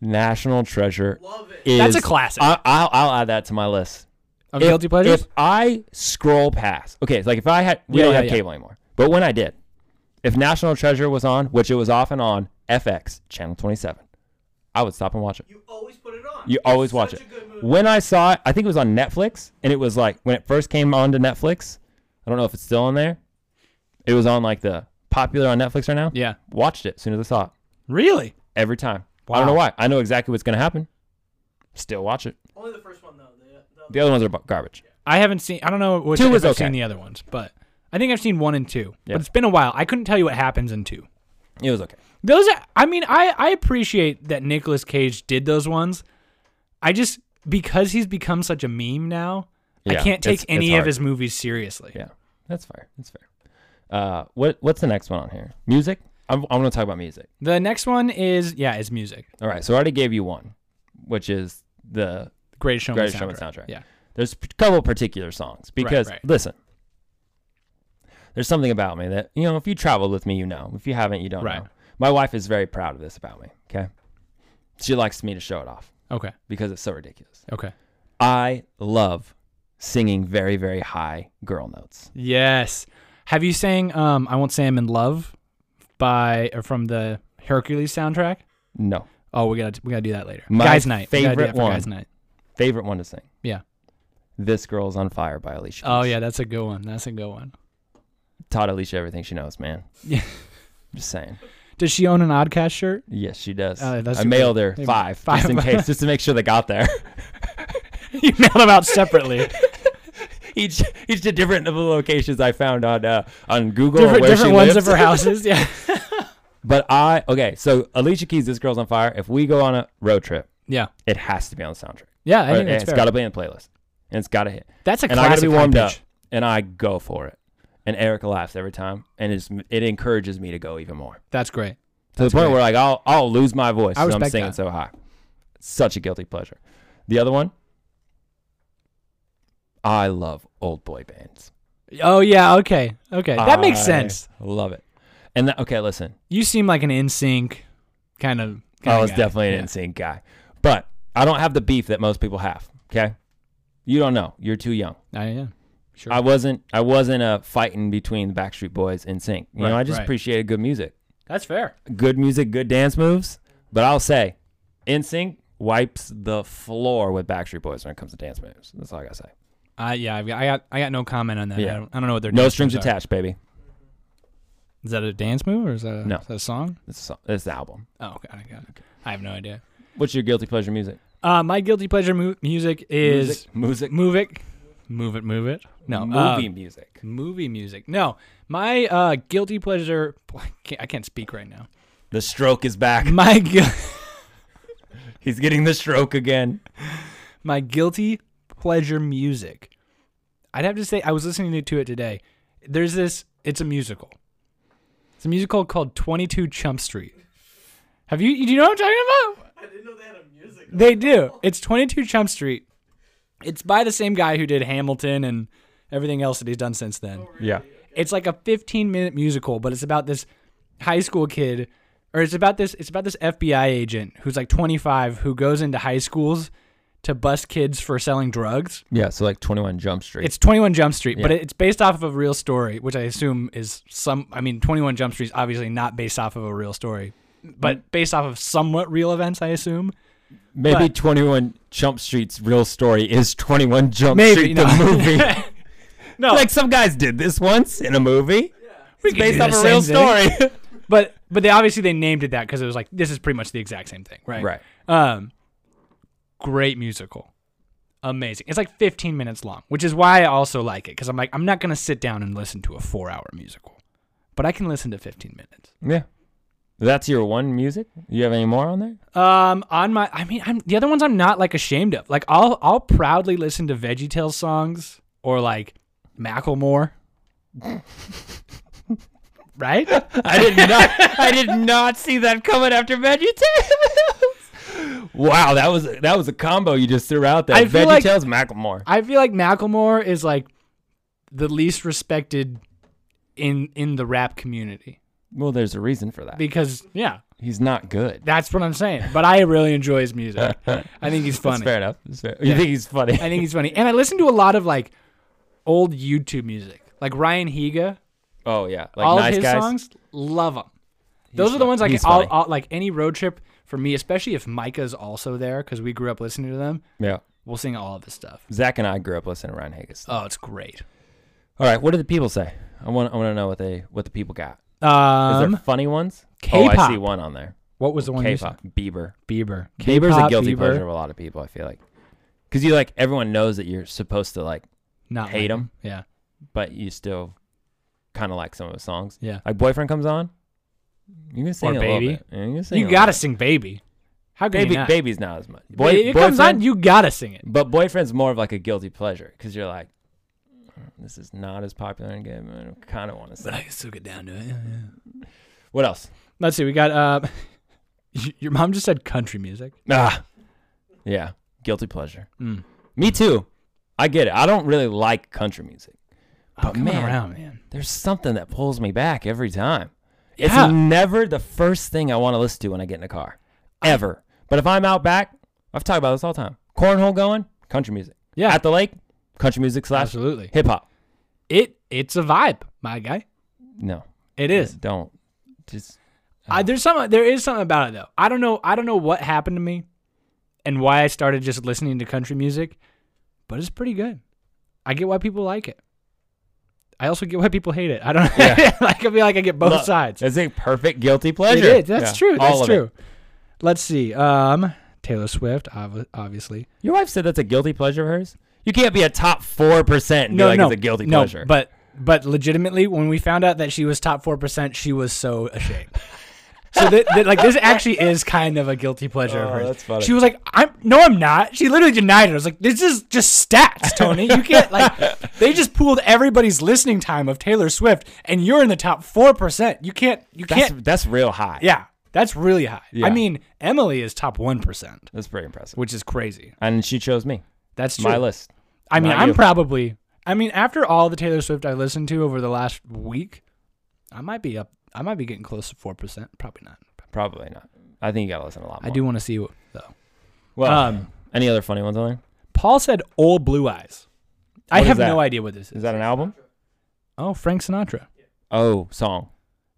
Speaker 2: National Treasure
Speaker 3: Love it.
Speaker 2: is.
Speaker 1: That's a classic.
Speaker 2: I, I'll, I'll add that to my list.
Speaker 1: of
Speaker 2: if,
Speaker 1: guilty pleasures.
Speaker 2: If I scroll past, okay, it's like if I had, we
Speaker 1: Yeah,
Speaker 2: don't
Speaker 1: yeah,
Speaker 2: have
Speaker 1: yeah.
Speaker 2: cable anymore. But when I did, if National Treasure was on, which it was off and on FX channel 27, I would stop and watch it.
Speaker 3: You always put it on.
Speaker 2: You always watch it.
Speaker 3: Such a good movie.
Speaker 2: When I saw it, I think it was on Netflix, and it was like when it first came onto Netflix. I don't know if it's still on there. It was on like the popular on Netflix right now.
Speaker 1: yeah.
Speaker 2: Watched it as soon as I saw it
Speaker 1: Really?
Speaker 2: every time. I don't know why. I know exactly what's gonna happen. Still watch it.
Speaker 3: Only the first one though. The, the,
Speaker 2: The other ones are bu- garbage.
Speaker 1: I haven't seen. I don't know which
Speaker 2: Two
Speaker 1: if
Speaker 2: was
Speaker 1: I've
Speaker 2: okay.
Speaker 1: seen the other ones, but I think I've seen one and two.
Speaker 2: Yeah.
Speaker 1: But it's been a while. I couldn't tell you what happens in two.
Speaker 2: It was okay.
Speaker 1: Those. Are, I mean, I I appreciate that Nicolas Cage did those ones. I just because he's become such a meme now,
Speaker 2: Yeah,
Speaker 1: I can't take
Speaker 2: it's- it's
Speaker 1: any of
Speaker 2: hard.
Speaker 1: his movies seriously.
Speaker 2: Yeah, that's fair. That's fair. Uh, what what's the next one on here? Music. I'm, I'm going to talk about music.
Speaker 1: The next one is yeah, is music.
Speaker 2: All right. So I already gave you one, which is the
Speaker 1: Greatest Showman
Speaker 2: Greatest
Speaker 1: soundtrack.
Speaker 2: Showman soundtrack.
Speaker 1: Yeah.
Speaker 2: There's a couple particular songs because
Speaker 1: right.
Speaker 2: listen, there's something about me that you know. If you traveled with me, you know. If you haven't, you don't
Speaker 1: Right.
Speaker 2: know. My wife is very proud of this about me. Okay, she likes me to show it off
Speaker 1: Okay.
Speaker 2: because it's so ridiculous.
Speaker 1: Okay.
Speaker 2: I love singing very very high girl notes.
Speaker 1: Yes. Have you sang um I Won't Say I'm in Love by or from the Hercules soundtrack?
Speaker 2: No
Speaker 1: Oh, we gotta we gotta do that later.
Speaker 2: My
Speaker 1: guys night. We gotta do
Speaker 2: favorite
Speaker 1: that for
Speaker 2: one.
Speaker 1: guys night.
Speaker 2: favorite one to sing.
Speaker 1: Yeah.
Speaker 2: This girl's on fire by Alicia.
Speaker 1: Oh
Speaker 2: Keys.
Speaker 1: yeah, that's a good one. That's a good one.
Speaker 2: taught Alicia everything she knows, man.
Speaker 1: Yeah.
Speaker 2: [laughs] Just saying.
Speaker 1: Does she own an Oddcast shirt? [laughs]
Speaker 2: Yes, she does.
Speaker 1: Oh, that's
Speaker 2: I
Speaker 1: your-
Speaker 2: mailed her
Speaker 1: Hey,
Speaker 2: five,
Speaker 1: five. [laughs]
Speaker 2: just in case, just to make sure they got there. [laughs]
Speaker 1: you mailed them out separately.
Speaker 2: each each to different of the locations I found on uh, on Google or
Speaker 1: different
Speaker 2: where
Speaker 1: different
Speaker 2: she
Speaker 1: ones
Speaker 2: lives.
Speaker 1: of her houses. [laughs] Yeah.
Speaker 2: [laughs] But I okay, so Alicia Keys, this girl's on fire. If we go on a road trip,
Speaker 1: Yeah.
Speaker 2: it has to be on the soundtrack.
Speaker 1: Yeah, I
Speaker 2: Right?
Speaker 1: think that's
Speaker 2: it's
Speaker 1: fair.
Speaker 2: got to be in the playlist, and it's got to hit.
Speaker 1: that's a
Speaker 2: and I
Speaker 1: classic
Speaker 2: gotta be
Speaker 1: high
Speaker 2: warmed up,
Speaker 1: pitch.
Speaker 2: and I go for it. And Erica laughs every time, and it's, it encourages me to go even more.
Speaker 1: That's great.
Speaker 2: to the point where like I'll I'll lose my voice
Speaker 1: I
Speaker 2: because I'm
Speaker 1: respect
Speaker 2: singing
Speaker 1: that.
Speaker 2: so high. Such a guilty pleasure. The other one, I love old boy bands.
Speaker 1: Oh yeah, okay. Okay. That makes
Speaker 2: I
Speaker 1: sense.
Speaker 2: Love it. And that, okay, listen,
Speaker 1: You seem like an in sync kind of
Speaker 2: I
Speaker 1: kinda
Speaker 2: was
Speaker 1: guy.
Speaker 2: definitely
Speaker 1: Yeah.
Speaker 2: an insane guy, but I don't have the beef that most people have. Okay, you don't know. You're too young.
Speaker 1: I am. Sure.
Speaker 2: I wasn't. I wasn't a fighting between the Backstreet Boys and Sync. You know,
Speaker 1: Right,
Speaker 2: I just
Speaker 1: right.
Speaker 2: appreciated good music.
Speaker 1: that's fair.
Speaker 2: good music, good dance moves. But I'll say, NSYNC wipes the floor with Backstreet Boys when it comes to dance moves. That's all I gotta say.
Speaker 1: Uh, yeah, I've got, I got I got no comment on that. I,
Speaker 2: Yeah.
Speaker 1: don't, I don't know what they're
Speaker 2: No strings
Speaker 1: attached.
Speaker 2: attached, baby.
Speaker 1: Is that a dance move or is that a,
Speaker 2: No.
Speaker 1: is that a song?
Speaker 2: It's a song. It's the album.
Speaker 1: Oh, okay, I got it. I have no idea.
Speaker 2: What's your guilty pleasure music?
Speaker 1: Uh, my guilty pleasure mu- music is
Speaker 2: music, music.
Speaker 1: move it, move it, move it. No, uh,
Speaker 2: movie music.
Speaker 1: movie music. No, my uh, guilty pleasure. [laughs] I can't, I can't speak right now.
Speaker 2: The stroke is back.
Speaker 1: My gu-
Speaker 2: He's getting the stroke again.
Speaker 1: my guilty pleasure music. I'd have to say I was listening to it today. There's this. It's a musical. It's a musical called Twenty Two Chump Street. Have you? Do you know what I'm talking about?
Speaker 3: I didn't know they had a music.
Speaker 1: They do. It's 22 Chump Street. It's by the same guy who did Hamilton and everything else that he's done since then.
Speaker 2: Yeah.
Speaker 1: It's like a 15 minute musical, but it's about this high school kid or it's about this it's about this FBI agent who's like 25 who goes into high schools to bust kids for selling drugs.
Speaker 2: Yeah. So like Twenty One Jump Street.
Speaker 1: It's 21 Jump Street, but
Speaker 2: Yeah.
Speaker 1: it's based off of a real story, which I assume is some I mean 21 Jump Street is obviously not based off of a real story,
Speaker 2: Mm.
Speaker 1: but based off of somewhat real events, I assume.
Speaker 2: Maybe
Speaker 1: but-
Speaker 2: Twenty One Jump Street's real story is Twenty One Jump
Speaker 1: Maybe
Speaker 2: Street [laughs] the
Speaker 1: no.
Speaker 2: movie.
Speaker 1: [laughs] No.
Speaker 2: Like some guys did this once in a movie.
Speaker 1: We can
Speaker 2: It's
Speaker 1: do
Speaker 2: based off
Speaker 1: the
Speaker 2: a real
Speaker 1: same thing.
Speaker 2: story.
Speaker 1: [laughs] but but they obviously they named it that because it was like this is pretty much the exact same thing, right?
Speaker 2: Right.
Speaker 1: Um, great musical, amazing. It's like 15 minutes long, which is why I also like it because I'm like I'm not gonna sit down and listen to a four hour musical, but I can listen to 15 minutes.
Speaker 2: Yeah. That's your one music? You have any more on there?
Speaker 1: Um, on my I mean I'm the other ones I'm not like ashamed of. Like I'll I'll proudly listen to VeggieTales songs or like Macklemore. [laughs] right?
Speaker 2: I did not I did not see that coming after VeggieTales. wow, that was that was a combo you just threw out there.
Speaker 1: I feel like-
Speaker 2: VeggieTales Macklemore.
Speaker 1: I feel like Macklemore is like the least respected in in the rap community
Speaker 2: Well, there's a reason for that.
Speaker 1: because yeah,
Speaker 2: He's not good.
Speaker 1: that's what I'm saying. But I really enjoy his music. I think he's
Speaker 2: [laughs] That's
Speaker 1: funny.
Speaker 2: fair enough. That's fair. You think he's funny?
Speaker 1: I think he's funny, and I listen to a lot of like old YouTube music, like Ryan Higa.
Speaker 2: [laughs] oh yeah. Like
Speaker 1: all
Speaker 2: nice
Speaker 1: of his
Speaker 2: guys.
Speaker 1: songs, love them. Those are the
Speaker 2: fu-
Speaker 1: ones like
Speaker 2: he's
Speaker 1: all,
Speaker 2: funny.
Speaker 1: all like any road trip for me, especially if Micah's also there because we grew up listening to them.
Speaker 2: Yeah.
Speaker 1: We'll sing all of his stuff.
Speaker 2: Zach and I grew up listening to Ryan Higgins.
Speaker 1: Oh, it's great.
Speaker 2: All right, what do the people say? I want I want to know what they what the people got. Is
Speaker 1: Um,
Speaker 2: there funny ones? Oh, I see
Speaker 1: K-pop.
Speaker 2: one on there.
Speaker 1: what was the one? you said?
Speaker 2: K-pop. Bieber.
Speaker 1: Bieber.
Speaker 2: Bieber's a
Speaker 1: K-pop,
Speaker 2: guilty
Speaker 1: Bieber.
Speaker 2: pleasure of a lot of people. I feel like because you like everyone knows that you're supposed to like,
Speaker 1: Not
Speaker 2: Hate
Speaker 1: like
Speaker 2: 'em.
Speaker 1: Yeah.
Speaker 2: but you still kind of like some of his songs.
Speaker 1: Yeah.
Speaker 2: Like boyfriend comes on, you can sing
Speaker 1: Or
Speaker 2: a little
Speaker 1: Baby.
Speaker 2: bit. Yeah, You, can sing
Speaker 1: You
Speaker 2: a
Speaker 1: gotta
Speaker 2: little
Speaker 1: sing "Baby." How
Speaker 2: bit.
Speaker 1: can
Speaker 2: baby.
Speaker 1: you not?
Speaker 2: Baby's not as much.
Speaker 1: If it comes on,
Speaker 2: boyfriend-
Speaker 1: you gotta sing it.
Speaker 2: but boyfriend's more of like a guilty pleasure because you're like, "Mm, this is not as popular and good. but I kind of want to sing.
Speaker 1: I can still get down to it.
Speaker 2: What else?
Speaker 1: Let's see. We got. Uh, [laughs] your mom just said country music.
Speaker 2: Ah, yeah, guilty pleasure.
Speaker 1: Mm.
Speaker 2: Me too. I get it. I don't really like country music, But
Speaker 1: Coming
Speaker 2: man,
Speaker 1: around, man.
Speaker 2: there's something that pulls me back every time.
Speaker 1: Yeah.
Speaker 2: It's never the first thing I want to listen to when I get in a car, ever. but if I'm out back, I've talked about this all the time. Cornhole going, country music.
Speaker 1: Yeah.
Speaker 2: At the lake, country music slash
Speaker 1: Absolutely.
Speaker 2: hip hop.
Speaker 1: It it's a vibe, my guy.
Speaker 2: No,
Speaker 1: It is.
Speaker 2: don't. Just
Speaker 1: I, there's some there is something about it though. I don't know I don't know what happened to me and why I started just listening to country music, but it's pretty good. I get why people like it. I also get why people hate it. I don't
Speaker 2: Yeah.
Speaker 1: like [laughs] I feel like I get both
Speaker 2: Look,
Speaker 1: sides.
Speaker 2: It's a perfect guilty pleasure.
Speaker 1: It is. That's
Speaker 2: Yeah,
Speaker 1: true. That's
Speaker 2: all of it.
Speaker 1: true. Let's see. Um Taylor Swift, ob- obviously.
Speaker 2: Your wife said that's a guilty pleasure of hers. You can't be a top four percent and be like it's a guilty
Speaker 1: no,
Speaker 2: pleasure.
Speaker 1: But but legitimately, when we found out that she was top four percent, she was so ashamed. So that, that, like this actually is kind of a guilty pleasure of
Speaker 2: Oh,
Speaker 1: hers.
Speaker 2: that's funny.
Speaker 1: She was like, "I'm no, I'm not." She literally denied it. I was like, "This is just stats, Tony. You can't
Speaker 2: [laughs]
Speaker 1: like they just pooled everybody's listening time of Taylor Swift, and you're in the top four percent. You can't, you
Speaker 2: that's
Speaker 1: can't.
Speaker 2: that's real high.
Speaker 1: Yeah, that's really high.
Speaker 2: Yeah.
Speaker 1: I mean, Emily is top one percent,
Speaker 2: that's pretty impressive.
Speaker 1: which is crazy.
Speaker 2: And she chose me.
Speaker 1: That's true.
Speaker 2: My list.
Speaker 1: I mean,
Speaker 2: Not
Speaker 1: I'm
Speaker 2: you.
Speaker 1: probably. I mean, after all the Taylor Swift I listened to over the last week, I might be up. I might be getting close to four percent. Probably not.
Speaker 2: Probably not. I think you gotta listen a lot.
Speaker 1: I
Speaker 2: More.
Speaker 1: do want to see what though.
Speaker 2: Well,
Speaker 1: um,
Speaker 2: any other funny ones on there?
Speaker 1: Paul said "Old Blue Eyes." I
Speaker 2: What is
Speaker 1: have
Speaker 2: that?
Speaker 1: no idea what this is.
Speaker 2: Is that an album?
Speaker 1: oh, Frank Sinatra.
Speaker 2: Oh, song.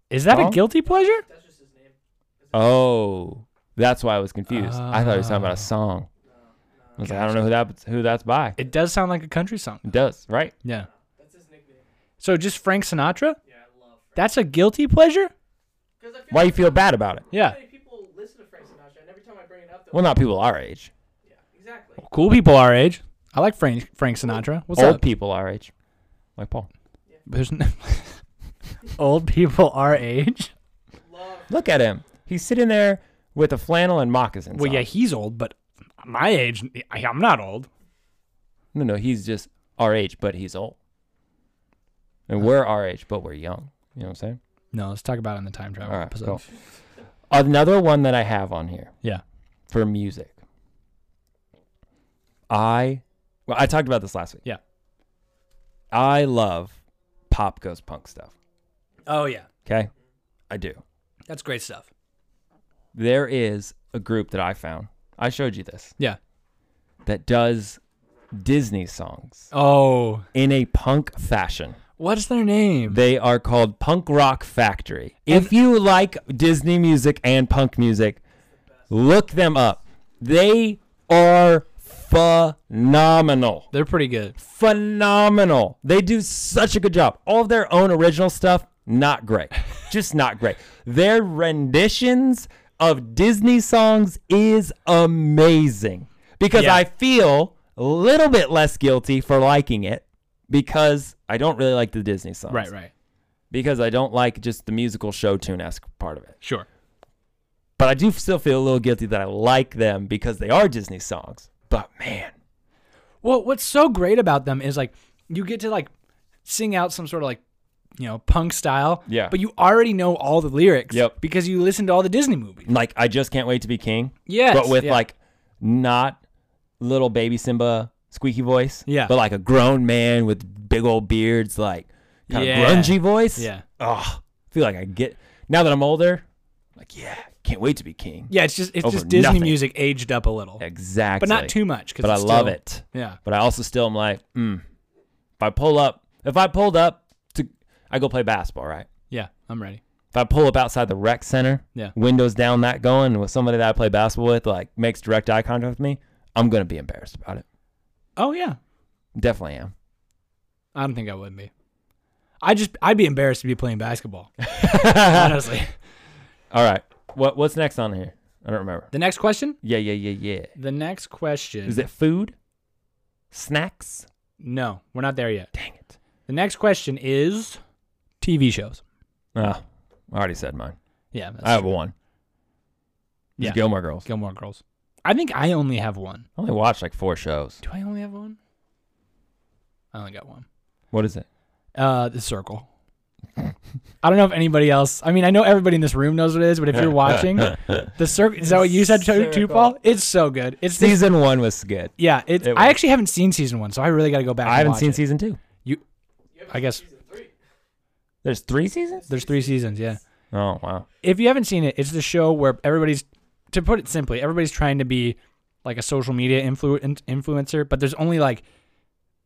Speaker 1: Is that a
Speaker 2: Song?
Speaker 1: guilty pleasure?
Speaker 3: That's just his name.
Speaker 2: Oh, that's why I was confused. I thought he was talking
Speaker 1: Ah.
Speaker 2: about a song. I was like, I don't know who that who that's by. It
Speaker 1: It does sound like a country song.
Speaker 2: does right.
Speaker 1: Yeah.
Speaker 3: That's his nickname.
Speaker 1: So just Frank Sinatra?
Speaker 3: Yeah, I love. Frank.
Speaker 1: That's a guilty pleasure?
Speaker 3: Because I feel
Speaker 2: Why you
Speaker 3: like
Speaker 2: feel bad about it?
Speaker 1: Yeah.
Speaker 3: so many people listen to Frank Sinatra, and every time I bring it up, they're
Speaker 2: Well,
Speaker 3: like,
Speaker 2: not people our age.
Speaker 3: yeah, exactly.
Speaker 1: Cool people our age. I like Frank Frank Sinatra. What's
Speaker 2: Old
Speaker 1: up?
Speaker 2: people our age, like Paul.
Speaker 1: There's n- [laughs] old people our age.
Speaker 3: Love.
Speaker 2: Look at him. He's sitting there with a flannel and moccasins.
Speaker 1: Well,
Speaker 2: on.
Speaker 1: yeah, he's old, but my age, I, I'm not old.
Speaker 2: No, no, he's just our age, but he's old. And we're our age, but we're young. You know what I'm saying?
Speaker 1: No, let's talk about it in the time travel
Speaker 2: All right,
Speaker 1: episode. [laughs]
Speaker 2: cool. Another one that I have on here
Speaker 1: Yeah.
Speaker 2: for music. I, well, I talked about this last week.
Speaker 1: Yeah.
Speaker 2: I love pop goes punk stuff.
Speaker 1: Oh yeah,
Speaker 2: Okay. I do.
Speaker 1: that's great stuff.
Speaker 2: There is a group that I found. I showed you this
Speaker 1: Yeah.
Speaker 2: that does Disney songs
Speaker 1: Oh,
Speaker 2: in a punk fashion.
Speaker 1: what's their name?
Speaker 2: They are called Punk Rock Factory. If you like Disney music and punk music, look them up. They are phenomenal.
Speaker 1: They're pretty good.
Speaker 2: Phenomenal. They do such a good job. All of their own original stuff,
Speaker 1: [laughs]
Speaker 2: not great. Just not great. Their renditions of Disney songs is amazing because
Speaker 1: Yeah.
Speaker 2: I feel a little bit less guilty for liking it because I don't really like the Disney songs
Speaker 1: Right, right.
Speaker 2: because I don't like just the musical show tune esque part of it.
Speaker 1: Sure.
Speaker 2: But I do still feel a little guilty that I like them because they are Disney songs. But man,
Speaker 1: Well, what's so great about them is like you get to like sing out some sort of like you know punk style.
Speaker 2: Yeah.
Speaker 1: But you already know all the lyrics.
Speaker 2: Yep.
Speaker 1: Because you listened to all the Disney movies.
Speaker 2: like I just can't wait to be king.
Speaker 1: Yes,
Speaker 2: But with
Speaker 1: yeah.
Speaker 2: like not little baby Simba squeaky voice.
Speaker 1: Yeah.
Speaker 2: But like a grown man with big old beards, like kind
Speaker 1: Yeah.
Speaker 2: of grungy voice.
Speaker 1: Yeah.
Speaker 2: Oh, I feel like I get now that I'm older, like, yeah, can't wait to be king.
Speaker 1: Yeah, it's just it's
Speaker 2: Over
Speaker 1: just Disney
Speaker 2: nothing.
Speaker 1: music aged up a little,
Speaker 2: Exactly.
Speaker 1: but not too much. 'cause
Speaker 2: But I
Speaker 1: it's
Speaker 2: love
Speaker 1: still-
Speaker 2: it.
Speaker 1: Yeah.
Speaker 2: But I also still am like, mm, if I pull up, if I pulled up to, I go play basketball, right?
Speaker 1: Yeah. I'm ready.
Speaker 2: If I pull up outside the rec center,
Speaker 1: Yeah.
Speaker 2: windows down, that going with somebody that I play basketball with, like makes direct eye contact with me, I'm gonna be embarrassed about it.
Speaker 1: Oh yeah.
Speaker 2: Definitely am.
Speaker 1: I don't think I would be. I just I'd be embarrassed to be playing basketball. [laughs] Honestly.
Speaker 2: All right, what what's next on here? I don't remember.
Speaker 1: The next question?
Speaker 2: Yeah, yeah, yeah, yeah.
Speaker 1: The next question.
Speaker 2: Is it food? Snacks?
Speaker 1: No, we're not there yet.
Speaker 2: Dang it!
Speaker 1: The next question is TV shows.
Speaker 2: Ah, I already said mine.
Speaker 1: Yeah, that's
Speaker 2: I have
Speaker 1: true.
Speaker 2: one. It's
Speaker 1: Yeah.
Speaker 2: Gilmore Girls.
Speaker 1: Gilmore Girls. I think I only have one.
Speaker 2: I only watched like four shows.
Speaker 1: Do I only have one? I only got one.
Speaker 2: What is it?
Speaker 1: Uh, The Circle. I don't know if anybody else. I mean, I know everybody in this room knows what it is, but if
Speaker 2: [laughs]
Speaker 1: you're watching, The Circle is that what you said too, too,
Speaker 2: Circle.
Speaker 1: Paul? It's so good. It's this,
Speaker 2: Season one was good.
Speaker 1: yeah. It's,
Speaker 2: It
Speaker 1: I
Speaker 2: was.
Speaker 1: actually haven't seen season one, so I really got to go back.
Speaker 2: I
Speaker 1: and
Speaker 2: haven't
Speaker 1: watch
Speaker 2: seen
Speaker 1: it.
Speaker 2: season two.
Speaker 1: You
Speaker 3: You It was
Speaker 1: I guess-
Speaker 3: season three.
Speaker 2: There's three seasons.
Speaker 1: There's three seasons, yeah.
Speaker 2: Oh wow.
Speaker 1: If you haven't seen it, it's the show where everybody's, to put it simply, everybody's trying to be like a social media influ- in- influencer, but there's only like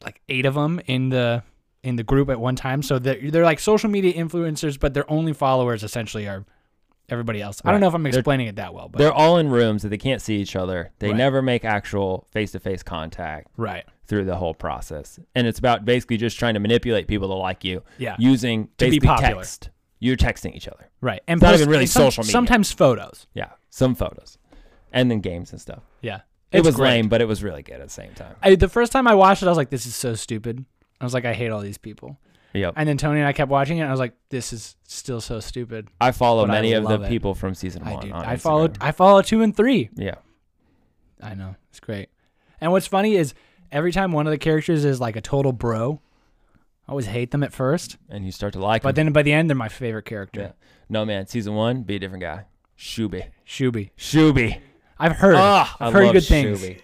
Speaker 1: like eight of them in the in the group at one time. So they're, they're like social media influencers, but their only followers essentially are everybody else. I don't
Speaker 2: Right.
Speaker 1: know if I'm
Speaker 2: They're-
Speaker 1: explaining it that well, but
Speaker 2: They're all in rooms that they can't see each other. They
Speaker 1: Right.
Speaker 2: never make actual face-to-face contact
Speaker 1: right,
Speaker 2: through the whole process, and it's about basically just trying to manipulate people to like you.
Speaker 1: Yeah.
Speaker 2: Using
Speaker 1: To be
Speaker 2: basically
Speaker 1: popular.
Speaker 2: text. You're texting each other.
Speaker 1: right, and
Speaker 2: It's not
Speaker 1: plus-
Speaker 2: even really
Speaker 1: and some-
Speaker 2: social media.
Speaker 1: Sometimes photos.
Speaker 2: Yeah. Some photos, and then games and stuff.
Speaker 1: Yeah,
Speaker 2: It
Speaker 1: It's
Speaker 2: was
Speaker 1: great.
Speaker 2: lame, but it was really good at the same time.
Speaker 1: I, the first time I watched it, I was like, "This is so stupid." I was like, "I hate all these people."
Speaker 2: Yep.
Speaker 1: And then Tony and I kept watching it, and I was like, "This is still so stupid."
Speaker 2: I follow
Speaker 1: But I
Speaker 2: many of the
Speaker 1: love it.
Speaker 2: people from season
Speaker 1: I
Speaker 2: one.
Speaker 1: do.
Speaker 2: on
Speaker 1: I
Speaker 2: Instagram.
Speaker 1: follow. I follow two and three.
Speaker 2: Yeah.
Speaker 1: I know it's great. And what's funny is every time one of the characters is like a total bro, I always hate them at first,
Speaker 2: And you start to like
Speaker 1: but
Speaker 2: them.
Speaker 1: then by the end, they're my favorite character.
Speaker 2: Yeah. No, man. Season one, be a different guy. Shuby.
Speaker 1: Shuby.
Speaker 2: Shuby.
Speaker 1: I've heard.
Speaker 2: Ah,
Speaker 1: I've
Speaker 2: I
Speaker 1: heard
Speaker 2: love
Speaker 1: good things.
Speaker 2: Shuby.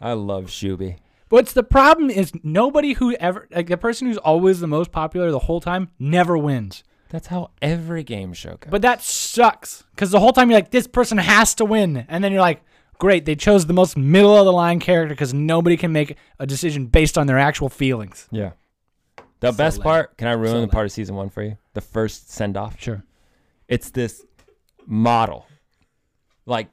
Speaker 2: I love Shuby.
Speaker 1: What's the problem is nobody who ever like the person who's always the most popular the whole time never wins.
Speaker 2: That's how every game show goes.
Speaker 1: But that sucks because the whole time you're like, this person has to win, and then you're like, great, they chose the most middle of the line character because nobody can make a decision based on their actual feelings.
Speaker 2: yeah. The best
Speaker 1: lame.
Speaker 2: part, can I ruin
Speaker 1: So
Speaker 2: the part of season one for you? The first send off.
Speaker 1: Sure.
Speaker 2: It's this model, like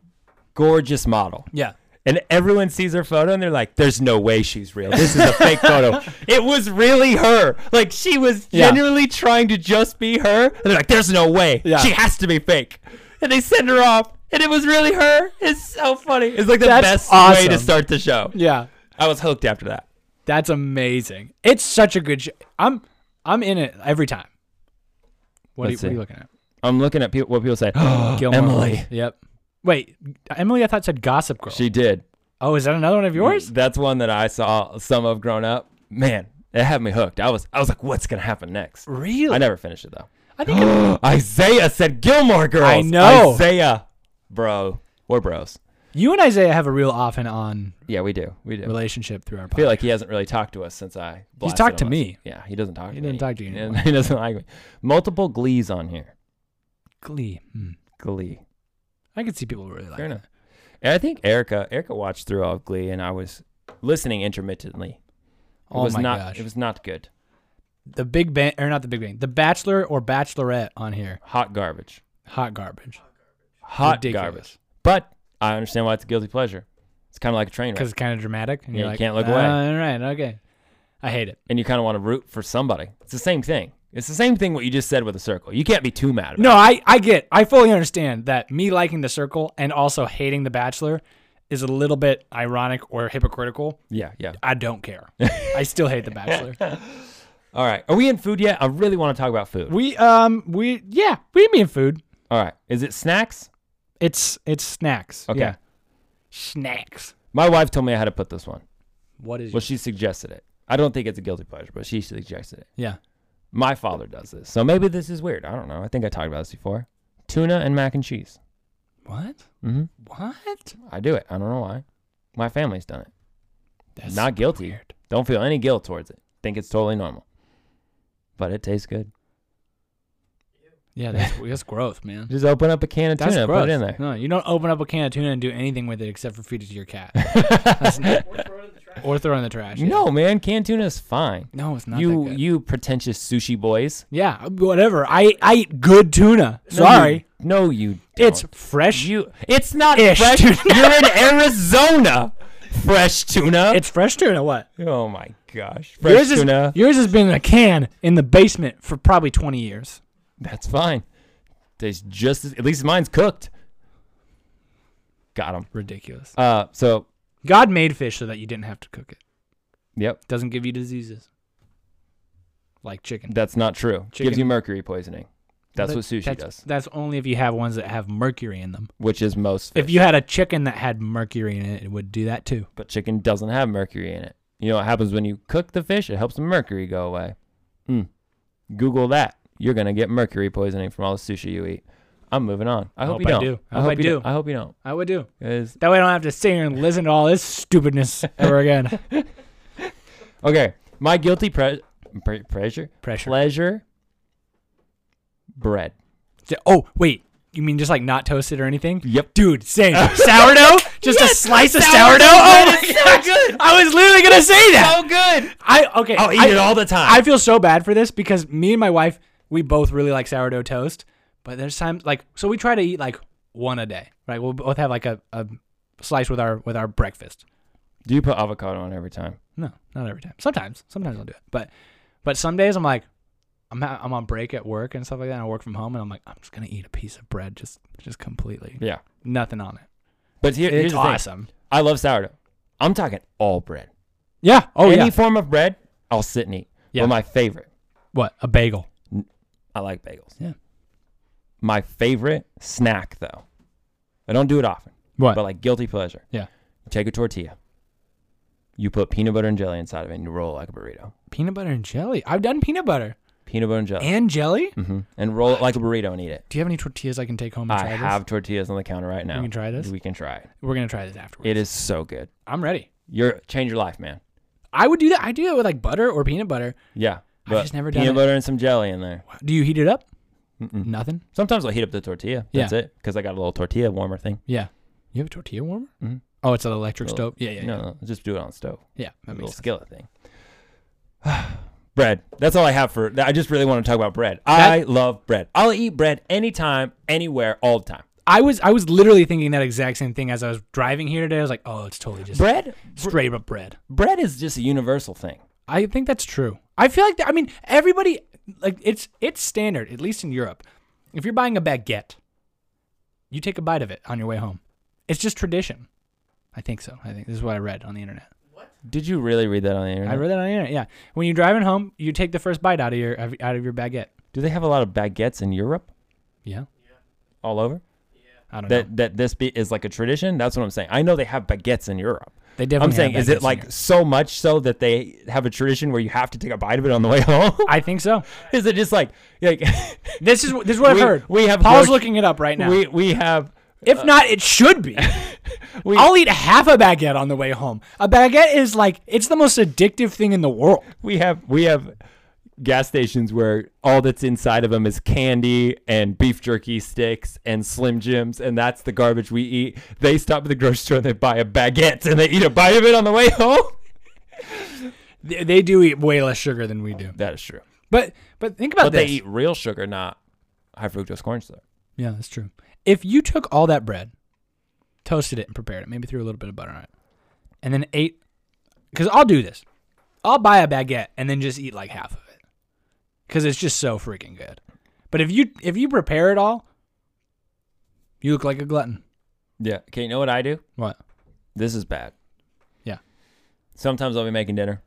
Speaker 2: gorgeous model.
Speaker 1: Yeah.
Speaker 2: And everyone sees her photo and they're like, there's no way she's real. This is a
Speaker 1: [laughs]
Speaker 2: fake photo. It was really her. Like, she was
Speaker 1: Yeah.
Speaker 2: genuinely trying to just be her. And they're like, there's no way.
Speaker 1: Yeah.
Speaker 2: She has to be fake. And they send her off. And it was really her. It's so funny. It's like the
Speaker 1: That's
Speaker 2: best way
Speaker 1: awesome.
Speaker 2: to start the show.
Speaker 1: Yeah.
Speaker 2: I was hooked after that.
Speaker 1: That's amazing. It's such a good show. I'm I'm in it every time. What, are you,
Speaker 2: Let's
Speaker 1: what are
Speaker 2: see.
Speaker 1: you looking at?
Speaker 2: I'm looking at people, what
Speaker 1: [gasps]
Speaker 2: people say.
Speaker 1: Gilmore
Speaker 2: Emily.
Speaker 1: Girls. Yep. Wait, Emily I thought said Gossip Girl.
Speaker 2: She Mm. did.
Speaker 1: oh, is that another one of yours?
Speaker 2: That's one that I saw some of growing up. Man, it had me hooked. I was, I was like, what's going to happen next?
Speaker 1: Really?
Speaker 2: I never finished it though.
Speaker 1: I think it-
Speaker 2: [gasps] [laughs] Isaiah said Gilmore Girls.
Speaker 1: I know.
Speaker 2: Isaiah, bro. We're bros.
Speaker 1: you and Isaiah have a real off and on
Speaker 2: Yeah, we do. We do.
Speaker 1: relationship through our
Speaker 2: I feel
Speaker 1: podcast.
Speaker 2: like he hasn't really talked to us since I. blasted
Speaker 1: talked to
Speaker 2: him.
Speaker 1: me.
Speaker 2: Yeah, he doesn't talk. He to
Speaker 1: didn't
Speaker 2: me.
Speaker 1: talk to you
Speaker 2: [laughs] He
Speaker 1: anymore.
Speaker 2: doesn't- He doesn't like me. Multiple Glees on here.
Speaker 1: Glee. Hmm.
Speaker 2: Glee.
Speaker 1: I can see people really like
Speaker 2: Fair
Speaker 1: it.
Speaker 2: enough. And I think Erica. Erica watched through all of Glee, and I was listening intermittently. It
Speaker 1: Oh
Speaker 2: was
Speaker 1: my
Speaker 2: not,
Speaker 1: gosh.
Speaker 2: It was not good.
Speaker 1: the Big Bang or not the Big Bang, the Bachelor or Bachelorette on here.
Speaker 2: Hot garbage.
Speaker 1: Hot garbage.
Speaker 2: Hot
Speaker 1: Ridiculous.
Speaker 2: garbage. But I understand why it's a guilty pleasure. It's kind of like a train
Speaker 1: Because
Speaker 2: wreck,
Speaker 1: it's kind of dramatic, and
Speaker 2: Yeah,
Speaker 1: you're
Speaker 2: you
Speaker 1: like,
Speaker 2: can't look away.
Speaker 1: All right, okay. I hate it.
Speaker 2: and you kind of want to root for somebody. It's the same thing. It's the same thing what you just said with a circle. You can't be too mad. About
Speaker 1: No,
Speaker 2: it.
Speaker 1: I I get. I fully understand that me liking The Circle and also hating The Bachelor is a little bit ironic or hypocritical.
Speaker 2: Yeah, yeah.
Speaker 1: I don't [laughs] care. I still hate The Bachelor. [laughs]
Speaker 2: All right. Are we in food yet? I really want to talk about food.
Speaker 1: We um we yeah we mean food.
Speaker 2: All right. Is it snacks?
Speaker 1: It's it's snacks.
Speaker 2: Okay.
Speaker 1: Yeah. Snacks.
Speaker 2: My wife told me how to put this one.
Speaker 1: What is?
Speaker 2: Well, she suggested it. I don't think it's a guilty pleasure, but she suggested it.
Speaker 1: yeah.
Speaker 2: My father does this. So maybe this is weird. I don't know. I think I talked about this before. Tuna and mac and cheese.
Speaker 1: What?
Speaker 2: Mhm.
Speaker 1: What?
Speaker 2: I do it. I don't know why. My family's done it.
Speaker 1: That's
Speaker 2: Not guilty.
Speaker 1: weird.
Speaker 2: Don't feel any guilt towards it. Think it's totally normal. But it tastes good.
Speaker 1: Yeah, that's [laughs] that's growth, man.
Speaker 2: Just open up a can of
Speaker 1: That's
Speaker 2: tuna
Speaker 1: gross.
Speaker 2: and put it in there.
Speaker 1: No, you don't open up a can of tuna and do anything with it except for feed it to your cat
Speaker 2: [laughs]
Speaker 3: Or throw it in
Speaker 1: [laughs]
Speaker 3: the trash.
Speaker 1: or throw it in the trash.
Speaker 2: No, man. Canned tuna is fine.
Speaker 1: no, it's not.
Speaker 2: you
Speaker 1: that good.
Speaker 2: you pretentious sushi boys.
Speaker 1: yeah, whatever. I I eat good tuna.
Speaker 2: No, you-
Speaker 1: Sorry,
Speaker 2: no, you.
Speaker 1: it's
Speaker 2: don't.
Speaker 1: fresh.
Speaker 2: you. It's not
Speaker 1: Ish
Speaker 2: fresh.
Speaker 1: tuna.
Speaker 2: You're in Arizona. Fresh tuna.
Speaker 1: it's fresh tuna. What?
Speaker 2: oh my gosh. Fresh
Speaker 1: yours
Speaker 2: tuna.
Speaker 1: Is, yours has been in a can in the basement for probably twenty years.
Speaker 2: That's fine. Tastes just as, at least mine's cooked. Got him.
Speaker 1: Ridiculous.
Speaker 2: Uh, so
Speaker 1: God made fish so that you didn't have to cook it.
Speaker 2: yep,
Speaker 1: Doesn't give you diseases. Like chicken.
Speaker 2: that's not true. Gives
Speaker 1: Chicken.
Speaker 2: you mercury poisoning. That's
Speaker 1: But
Speaker 2: what sushi
Speaker 1: that's-
Speaker 2: does,
Speaker 1: That's only if you have ones that have mercury in them.
Speaker 2: which is most.
Speaker 1: If you had a chicken that had mercury in it, it would do that too.
Speaker 2: but chicken doesn't have mercury in it. You know what happens when you cook the fish? It helps the mercury go away. Mm. Google that. You're gonna get mercury poisoning from all the sushi you eat. I'm moving on. I,
Speaker 1: hope
Speaker 2: hope, you
Speaker 1: I
Speaker 2: don't.
Speaker 1: do. I hope I
Speaker 2: you
Speaker 1: do.
Speaker 2: don't. I hope you don't.
Speaker 1: I would do.
Speaker 2: 'Cause-
Speaker 1: That way I don't have to sit here and
Speaker 2: [laughs]
Speaker 1: listen to all this stupidness ever again.
Speaker 2: okay, my guilty pre- pre- pressure,
Speaker 1: Pressure.
Speaker 2: pleasure, bread.
Speaker 1: J- Oh, wait. You mean just like not toasted or anything?
Speaker 2: Yep.
Speaker 1: Dude,
Speaker 2: [laughs]
Speaker 1: same. sourdough? Just a slice of sourdough?
Speaker 2: sourdough
Speaker 1: Oh
Speaker 2: bread
Speaker 1: my
Speaker 2: is so
Speaker 1: gosh.
Speaker 2: good.
Speaker 1: I was literally going to say that.
Speaker 2: good.
Speaker 1: I okay.
Speaker 2: I'll eat
Speaker 1: I-
Speaker 2: it all the time.
Speaker 1: I feel so bad for this because me and my wife, we both really like sourdough toast, but there's times like so we try to eat like one a day. Right? We'll both have like a, a slice with our with our breakfast.
Speaker 2: Do you put avocado on every time?
Speaker 1: No, not every time. Sometimes, sometimes I'll do it, but but some days I'm like. I'm, ha- I'm on break at work and stuff like that. And I work from home, and I'm like, I'm just gonna eat a piece of bread, just just completely,
Speaker 2: Yeah.
Speaker 1: nothing on it.
Speaker 2: But here, here's
Speaker 1: It's
Speaker 2: the thing.
Speaker 1: awesome.
Speaker 2: I love sourdough. I'm talking all bread.
Speaker 1: Yeah. Oh
Speaker 2: Any
Speaker 1: yeah.
Speaker 2: form of bread, I'll sit and eat.
Speaker 1: Yeah.
Speaker 2: But my favorite,
Speaker 1: what a bagel.
Speaker 2: I like bagels.
Speaker 1: Yeah.
Speaker 2: My favorite snack though, I don't do it often,
Speaker 1: What?
Speaker 2: but like guilty pleasure.
Speaker 1: yeah.
Speaker 2: Take a tortilla. You put peanut butter and jelly inside of it and you roll it like a burrito.
Speaker 1: Peanut butter and jelly. I've done peanut butter
Speaker 2: Peanut butter and jelly.
Speaker 1: and jelly.
Speaker 2: hmm And roll it like a burrito and eat it.
Speaker 1: Do you have any tortillas I can take home and
Speaker 2: I
Speaker 1: try this?
Speaker 2: have tortillas on the counter right now.
Speaker 1: can try this?
Speaker 2: We can try it.
Speaker 1: We're gonna try this afterwards.
Speaker 2: It is so good.
Speaker 1: I'm ready.
Speaker 2: You're change your life, man.
Speaker 1: I would do that. I do that with like butter or peanut butter.
Speaker 2: Yeah.
Speaker 1: I've just never done
Speaker 2: peanut
Speaker 1: it.
Speaker 2: butter and some jelly in there.
Speaker 1: Do you heat it up?
Speaker 2: Mm.
Speaker 1: Nothing.
Speaker 2: Sometimes I'll heat up the tortilla.
Speaker 1: Yeah.
Speaker 2: That's it. Because I got a little tortilla warmer thing.
Speaker 1: Yeah. You have a tortilla warmer?
Speaker 2: Mhm.
Speaker 1: Oh, it's an electric stove. Yeah, yeah,
Speaker 2: No, no, just do it on the stove.
Speaker 1: yeah. yeah that
Speaker 2: a little
Speaker 1: makes sense.
Speaker 2: skillet thing. [sighs] bread. That's all I have for. I just really want to talk about bread. I love bread. I'll eat bread anytime, anywhere, all the time.
Speaker 1: I was I was literally thinking that exact same thing as I was driving here today. I was like, oh, it's totally just
Speaker 2: Bread.
Speaker 1: straight up bread.
Speaker 2: Bread is just a universal thing.
Speaker 1: I think that's true. I feel like that, I mean everybody like it's it's standard at least in Europe. If you're buying a baguette, you take a bite of it on your way home. It's just tradition. I think so. I think this is what I read on the internet.
Speaker 2: Did you really read that on the internet?
Speaker 1: I read that on the internet. Yeah, when you're driving home, you take the first bite out of your of- out of your baguette.
Speaker 2: do they have a lot of baguettes in Europe?
Speaker 1: Yeah,
Speaker 2: All over.
Speaker 1: I don't know.
Speaker 2: That that this be, is like a tradition. That's what I'm saying. I know they have baguettes in Europe.
Speaker 1: They definitely.
Speaker 2: I'm saying,
Speaker 1: have
Speaker 2: is
Speaker 1: baguettes in
Speaker 2: it like
Speaker 1: here.
Speaker 2: so much so that they have a tradition where you have to take a bite of it on the way [laughs] home?
Speaker 1: I think so.
Speaker 2: is it just like, like
Speaker 1: This is this is what
Speaker 2: We-
Speaker 1: I've heard.
Speaker 2: we have
Speaker 1: Paul's
Speaker 2: broach-
Speaker 1: looking it up right now.
Speaker 2: we we have
Speaker 1: if not, it should [laughs] be.
Speaker 2: we,
Speaker 1: I'll eat half a baguette on the way home. A baguette is like it's the most addictive thing in the world.
Speaker 2: we have we have gas stations where all that's inside of them is candy and beef jerky sticks and slim jims and that's the garbage we eat they stop at the grocery store and they buy a baguette and they eat a bite of it on the way home
Speaker 1: They, they do eat way less sugar than we do.
Speaker 2: that is true
Speaker 1: But but think about
Speaker 2: but
Speaker 1: this.
Speaker 2: they eat real sugar not high fructose corn syrup
Speaker 1: yeah, that's true. If you took all that bread, toasted it and prepared it, maybe threw a little bit of butter on it, and then ate, because I'll do this. I'll buy a baguette and then just eat like half of it, because it's just so freaking good. But if you if you prepare it all, you look like a glutton.
Speaker 2: yeah okay you know what i do
Speaker 1: What?
Speaker 2: this is bad
Speaker 1: Yeah.
Speaker 2: sometimes i'll be making dinner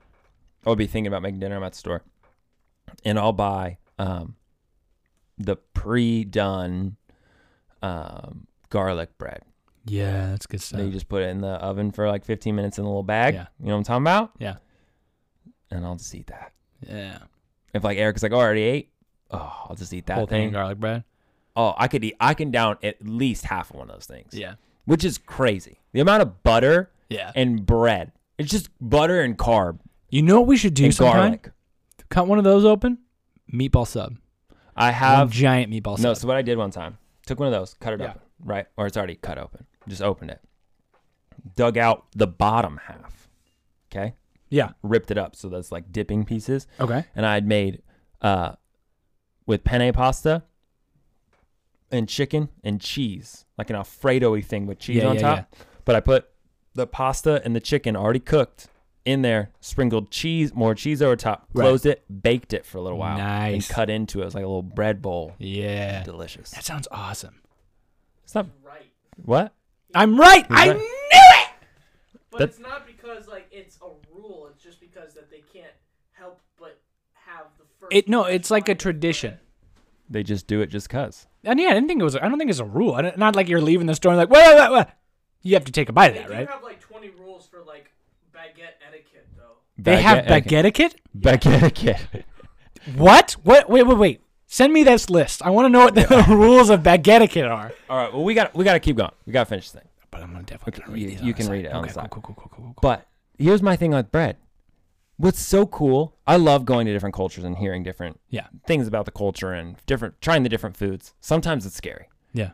Speaker 2: i'll be thinking about making dinner i'm at the store and i'll buy um the pre-done um garlic bread
Speaker 1: Yeah, that's good
Speaker 2: So you
Speaker 1: stuff.
Speaker 2: just put it in the oven for like 15 minutes in a little bag.
Speaker 1: Uh-huh. Yeah.
Speaker 2: You know what I'm talking about?
Speaker 1: Yeah.
Speaker 2: And I'll just eat that.
Speaker 1: Yeah,
Speaker 2: If like Eric's like, oh, I already ate. Oh, I'll just eat that
Speaker 1: whole thing
Speaker 2: thing.
Speaker 1: of garlic bread.
Speaker 2: oh, I could eat. I can down at least half of one of those things.
Speaker 1: Yeah, Uh,
Speaker 2: Which is crazy. The amount of butter
Speaker 1: yeah.
Speaker 2: and bread. It's just butter and carb
Speaker 1: You know what we should do
Speaker 2: and
Speaker 1: sometime?
Speaker 2: garlic.
Speaker 1: Cut one of those open. Meatball sub.
Speaker 2: I
Speaker 1: One
Speaker 2: have
Speaker 1: giant meatball
Speaker 2: No,
Speaker 1: sub.
Speaker 2: so what I did one time, took one of those, cut it
Speaker 1: Yeah.
Speaker 2: open, right? Or it's already cut open. Just opened it. Dug out the bottom half. Okay?
Speaker 1: Yeah.
Speaker 2: Ripped it up so that's like dipping pieces.
Speaker 1: Okay.
Speaker 2: and I had made uh, with penne pasta and chicken and cheese, like an Alfredo y thing with cheese
Speaker 1: Yeah,
Speaker 2: on
Speaker 1: yeah,
Speaker 2: top. But I put the pasta and the chicken already cooked in there, sprinkled cheese, more cheese over top,
Speaker 1: Right.
Speaker 2: closed it, baked it for a little while,
Speaker 1: Nice.
Speaker 2: and cut into it. It was like a little bread bowl.
Speaker 1: Yeah.
Speaker 2: Delicious.
Speaker 1: That sounds awesome.
Speaker 2: It's not
Speaker 3: right.
Speaker 2: what?
Speaker 1: I'm right. I
Speaker 2: right.
Speaker 1: knew it.
Speaker 3: But
Speaker 2: That-
Speaker 3: it's not because like it's a rule. It's just because that they can't help but have the first.
Speaker 1: It no,
Speaker 3: fresh
Speaker 1: it's like a
Speaker 3: bite.
Speaker 1: tradition.
Speaker 2: They just do it just cause.
Speaker 1: And yeah, I didn't think it was. I don't think it's a rule. I don't, not like you're leaving the store and like, wait, wait, wait, wait. You have to take a bite of
Speaker 3: They
Speaker 1: that,
Speaker 3: do
Speaker 1: right?
Speaker 3: have like 20 rules for like baguette etiquette though.
Speaker 1: They have baguette etiquette.
Speaker 2: Baguette kit.
Speaker 1: What? What? Wait, wait, wait. Send me this list. I want to know what the [laughs] rules of baguette etiquette are.
Speaker 2: [laughs] All right. Well, we got we got to keep going. We got to finish this thing.
Speaker 1: But I'm gonna definitely
Speaker 2: Okay,
Speaker 1: gonna read
Speaker 2: you-
Speaker 1: these.
Speaker 2: you
Speaker 1: on the
Speaker 2: can
Speaker 1: side.
Speaker 2: read it on
Speaker 1: Okay,
Speaker 2: the side.
Speaker 1: cool, cool, cool, cool, cool, cool.
Speaker 2: But here's my thing with bread. what's so cool i love going to different cultures and hearing different
Speaker 1: Yeah.
Speaker 2: things about the culture and different trying the different foods sometimes it's scary
Speaker 1: Yeah.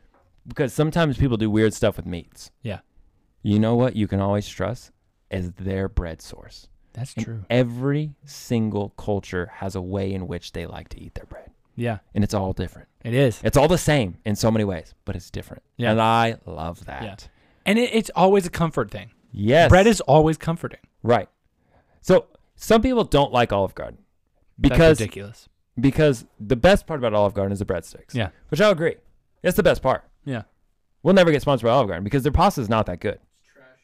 Speaker 2: because sometimes people do weird stuff with meats
Speaker 1: Yeah.
Speaker 2: you know what you can always trust is their bread source
Speaker 1: That's
Speaker 2: And
Speaker 1: true.
Speaker 2: every single culture has a way in which they like to eat their bread
Speaker 1: Yeah.
Speaker 2: and it's all different
Speaker 1: It is.
Speaker 2: it's all the same in so many ways but it's different
Speaker 1: Yeah.
Speaker 2: and i love that
Speaker 1: Yeah. And it, it's always a comfort thing.
Speaker 2: yes
Speaker 1: Bread is always comforting.
Speaker 2: right so some people don't like olive garden
Speaker 1: That's
Speaker 2: because
Speaker 1: ridiculous.
Speaker 2: because the best part about Olive Garden is the breadsticks.
Speaker 1: Yeah.
Speaker 2: Which I agree. It's the best part.
Speaker 1: Yeah.
Speaker 2: We'll never get sponsored by Olive Garden because their pasta is not that good.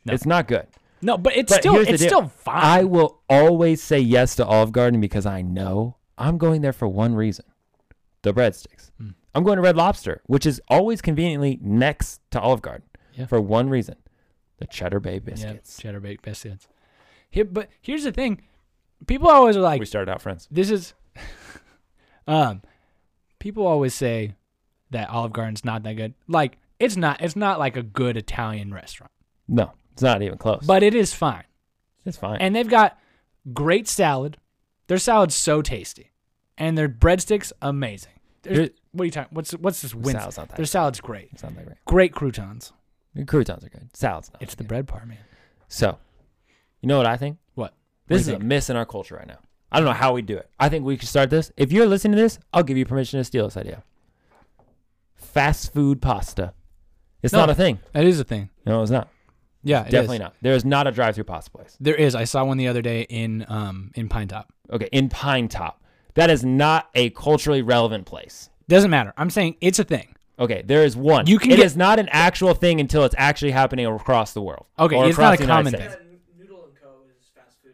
Speaker 1: No.
Speaker 2: It's not good.
Speaker 1: No, but it's
Speaker 2: But
Speaker 1: still
Speaker 2: here's the
Speaker 1: it's
Speaker 2: deal.
Speaker 1: still fine.
Speaker 2: I will always say yes to Olive Garden because I know I'm going there for one reason the breadsticks.
Speaker 1: Hmm.
Speaker 2: I'm going to Red Lobster, which is always conveniently next to Olive Garden
Speaker 1: Yeah.
Speaker 2: for one reason the Cheddar Bay
Speaker 1: yeah,
Speaker 2: biscuits.
Speaker 1: cheddar baked biscuits. Here, but here's the thing: people always are like,
Speaker 2: We started out friends.
Speaker 1: this is [laughs] um people always say that olive garden's not that good like it's not it's not like a good italian restaurant
Speaker 2: No, it's not even close.
Speaker 1: but it is fine
Speaker 2: it's fine.
Speaker 1: and they've got great salad their salad's so tasty and their breadsticks amazing There's,
Speaker 2: Here-
Speaker 1: what are you talking what's what's this win
Speaker 2: salad's not that
Speaker 1: their
Speaker 2: good.
Speaker 1: salad's great
Speaker 2: it's not that great.
Speaker 1: great croutons
Speaker 2: Your croutons are good. Salad's not.
Speaker 1: it's
Speaker 2: that
Speaker 1: the
Speaker 2: good.
Speaker 1: bread part man
Speaker 2: So, you know what I think?
Speaker 1: what
Speaker 2: This is
Speaker 1: do you
Speaker 2: a miss in our culture right now. I don't know how we do it. I think we could start this. If you're listening to this, I'll give you permission to steal this idea. Fast food pasta. It's
Speaker 1: No.
Speaker 2: not a thing.
Speaker 1: that is a thing
Speaker 2: No, it's not.
Speaker 1: yeah it
Speaker 2: Definitely
Speaker 1: is.
Speaker 2: not. There is not a drive-through pasta place.
Speaker 1: there is i saw one the other day in um in pine top
Speaker 2: Okay, in Pine Top. That is not a culturally relevant place.
Speaker 1: doesn't matter i'm saying it's a thing
Speaker 2: Okay, there is one.
Speaker 1: You can
Speaker 2: It
Speaker 1: get-
Speaker 2: is not an actual thing until it's actually happening across the world.
Speaker 1: Okay,
Speaker 2: or
Speaker 1: it's not
Speaker 2: across
Speaker 1: a
Speaker 2: the United
Speaker 1: common
Speaker 2: States.
Speaker 1: thing.
Speaker 3: N- Noodle and Co. is fast food.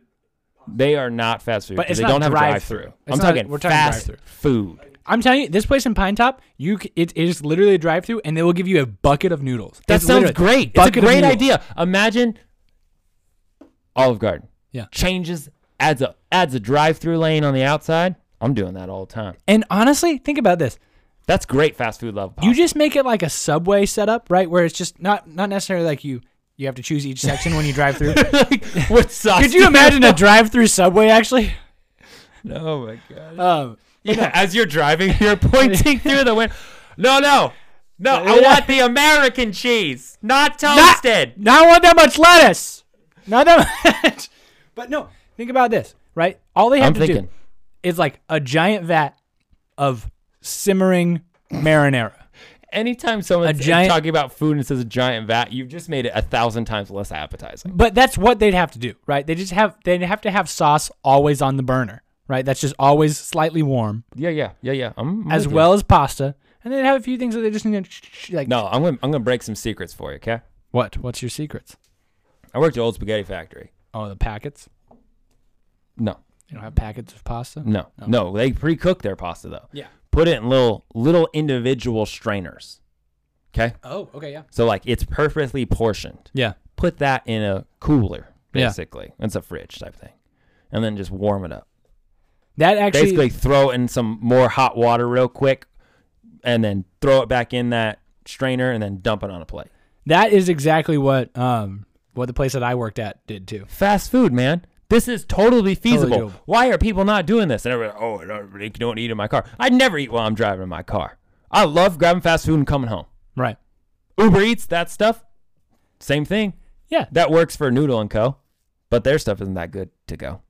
Speaker 3: [laughs]
Speaker 2: They are not fast food
Speaker 1: But
Speaker 2: because
Speaker 1: it's
Speaker 2: they
Speaker 1: not
Speaker 2: don't have a
Speaker 1: drive-through.
Speaker 2: drive-through.
Speaker 1: It's
Speaker 2: I'm
Speaker 1: not-
Speaker 2: talking
Speaker 1: we're talking
Speaker 2: fast
Speaker 1: drive-through.
Speaker 2: food.
Speaker 1: I'm telling you, this place in Pine Top, you c- it, it is literally a drive-through, and they will give you a bucket of noodles.
Speaker 2: That
Speaker 1: It's
Speaker 2: sounds
Speaker 1: literally
Speaker 2: great. It's a
Speaker 1: bucket of
Speaker 2: great
Speaker 1: noodles.
Speaker 2: idea. Imagine Olive Garden.
Speaker 1: Yeah.
Speaker 2: Changes, adds a adds a drive through lane on the outside. I'm doing that all the time.
Speaker 1: And honestly, think about this:
Speaker 2: That's great fast food level.
Speaker 1: you just make it like a subway setup, right? Where it's just not not necessarily like you you have to choose each section when you drive
Speaker 2: [laughs]
Speaker 1: through.
Speaker 2: just what
Speaker 1: [laughs]
Speaker 2: sauce?
Speaker 1: Could
Speaker 2: do
Speaker 1: you imagine a drive-through subway
Speaker 2: [laughs]
Speaker 1: actually?
Speaker 2: Oh my god.
Speaker 1: Um,
Speaker 2: Yeah, [laughs] as you're driving, [laughs] you're pointing through the window. No, no. No, I
Speaker 1: Yeah.
Speaker 2: want the American cheese, not
Speaker 1: not,
Speaker 2: toasted.
Speaker 1: not want that much lettuce. Not that much. [laughs] but no, think about this, right? All they have
Speaker 2: I'm
Speaker 1: to
Speaker 2: thinking.
Speaker 1: do is like a giant vat of simmering marinara.
Speaker 2: Anytime someone's
Speaker 1: A giant-
Speaker 2: talking about food and says a giant vat, you've just made it a thousand times less appetizing.
Speaker 1: But that's what they'd have to do, right? They just have they'd have to have sauce always on the burner, right? That's just always slightly warm,
Speaker 2: Yeah, yeah, yeah, yeah. I'm, I'm
Speaker 1: as
Speaker 2: with you.
Speaker 1: well as pasta. And they'd have a few things that they just need to sh- sh- like.
Speaker 2: No, I'm gonna I'm gonna break some secrets for you. Okay.
Speaker 1: What? What's your secrets?
Speaker 2: I worked at Old Spaghetti Factory.
Speaker 1: Oh, the packets.
Speaker 2: No,
Speaker 1: You don't have packets of pasta.
Speaker 2: no, no. they pre-cook their pasta though.
Speaker 1: Yeah.
Speaker 2: Put it in little little individual strainers. Okay.
Speaker 1: Oh, okay, yeah.
Speaker 2: So like it's perfectly portioned.
Speaker 1: Yeah.
Speaker 2: Put that in a cooler
Speaker 1: Yeah.
Speaker 2: basically. It's a fridge type thing, and then just warm it up.
Speaker 1: That actually.
Speaker 2: Basically, throw in some more hot water real quick, and then throw it back in that strainer, and then dump it on a plate.
Speaker 1: That is exactly what um what the place that I worked at did too.
Speaker 2: fast food, man. This is totally feasible.
Speaker 1: doable.
Speaker 2: Why are people not doing this? And everybody, oh, I don't, you don't eat in my car. I never eat while I'm driving in my car. I love grabbing fast food and coming home.
Speaker 1: Right.
Speaker 2: Uber Eats, that stuff, same thing.
Speaker 1: Yeah.
Speaker 2: That works for Noodle and Co. But their stuff isn't that good to go.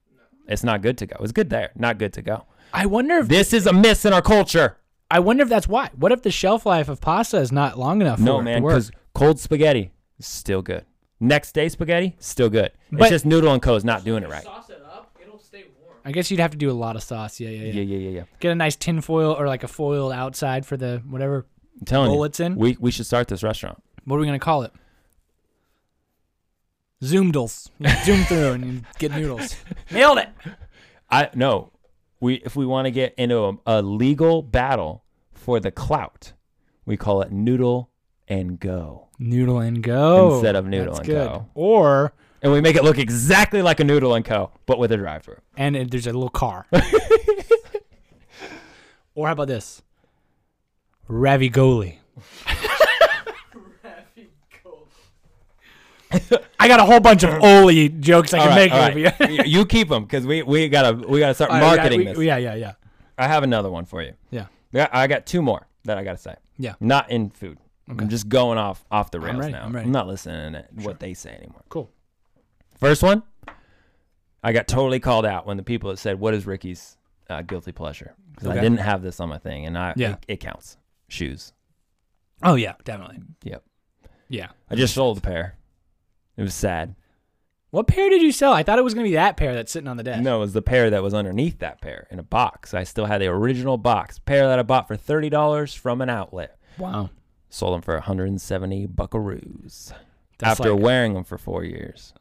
Speaker 2: It's not good to go. It's good there, not good to go.
Speaker 1: I wonder if
Speaker 2: This is a miss in our culture.
Speaker 1: I wonder if that's why. What if the shelf life of pasta is not long enough? for it
Speaker 2: No,
Speaker 1: to
Speaker 2: man,
Speaker 1: work?
Speaker 2: because cold spaghetti is still good. Next day spaghetti, still good.
Speaker 1: But-
Speaker 2: it's just Noodle and Co. is not doing it
Speaker 3: If you
Speaker 2: right.
Speaker 3: Sauce it up, it'll stay warm.
Speaker 1: I guess you'd have to do a lot of sauce. Yeah, yeah, yeah.
Speaker 2: Yeah, yeah, yeah, yeah.
Speaker 1: Get a nice tin foil or like a foil outside for the whatever.
Speaker 2: I'm telling
Speaker 1: Bullets
Speaker 2: you,
Speaker 1: in?
Speaker 2: we we should start this restaurant.
Speaker 1: What are we gonna call it? Zoomdles. You zoom through and you get noodles. Nailed it.
Speaker 2: I no. We if we want to get into a, a legal battle for the clout, we call it noodle and go,
Speaker 1: Noodle and go
Speaker 2: Instead of noodle
Speaker 1: That's
Speaker 2: and
Speaker 1: good.
Speaker 2: go.
Speaker 1: Or
Speaker 2: and we make it look exactly like a noodle and co, but with a drive-through.
Speaker 1: and it, there's a little
Speaker 2: [laughs]
Speaker 1: car. or how about this? Ravigoli.
Speaker 3: Ravioli.
Speaker 1: I got a whole bunch
Speaker 2: [laughs]
Speaker 1: of Oli jokes I can make
Speaker 2: all
Speaker 1: over
Speaker 2: [laughs]
Speaker 1: you. [laughs]
Speaker 2: right. you keep them because we, we gotta we gotta start
Speaker 1: All right, we got-
Speaker 2: marketing
Speaker 1: we-
Speaker 2: this.
Speaker 1: Yeah, yeah, yeah,
Speaker 2: I have another one for you.
Speaker 1: yeah.
Speaker 2: Yeah, I got two more that I gotta say.
Speaker 1: Yeah.
Speaker 2: Not in food. I'm just going off off the rails
Speaker 1: ready,
Speaker 2: now.
Speaker 1: I'm ready.
Speaker 2: not listening to what they say anymore.
Speaker 1: Cool.
Speaker 2: First one, I got totally called out when the people that said, "What is Ricky's uh, guilty pleasure?" Because
Speaker 1: Okay.
Speaker 2: I didn't have this on my thing, and I
Speaker 1: Yeah.
Speaker 2: it, it counts. Shoes.
Speaker 1: Oh yeah, definitely.
Speaker 2: Yep.
Speaker 1: Yeah.
Speaker 2: I just sold a pair. It was sad.
Speaker 1: What pair did you sell? I thought it was gonna be that pair that's sitting on the desk.
Speaker 2: No, it was the pair that was underneath that pair in a box. I still had the original box pair that I bought for thirty dollars from an outlet.
Speaker 1: Wow.
Speaker 2: Sold them for 170 buckaroos
Speaker 1: That's
Speaker 2: after
Speaker 1: like-
Speaker 2: wearing them for four years.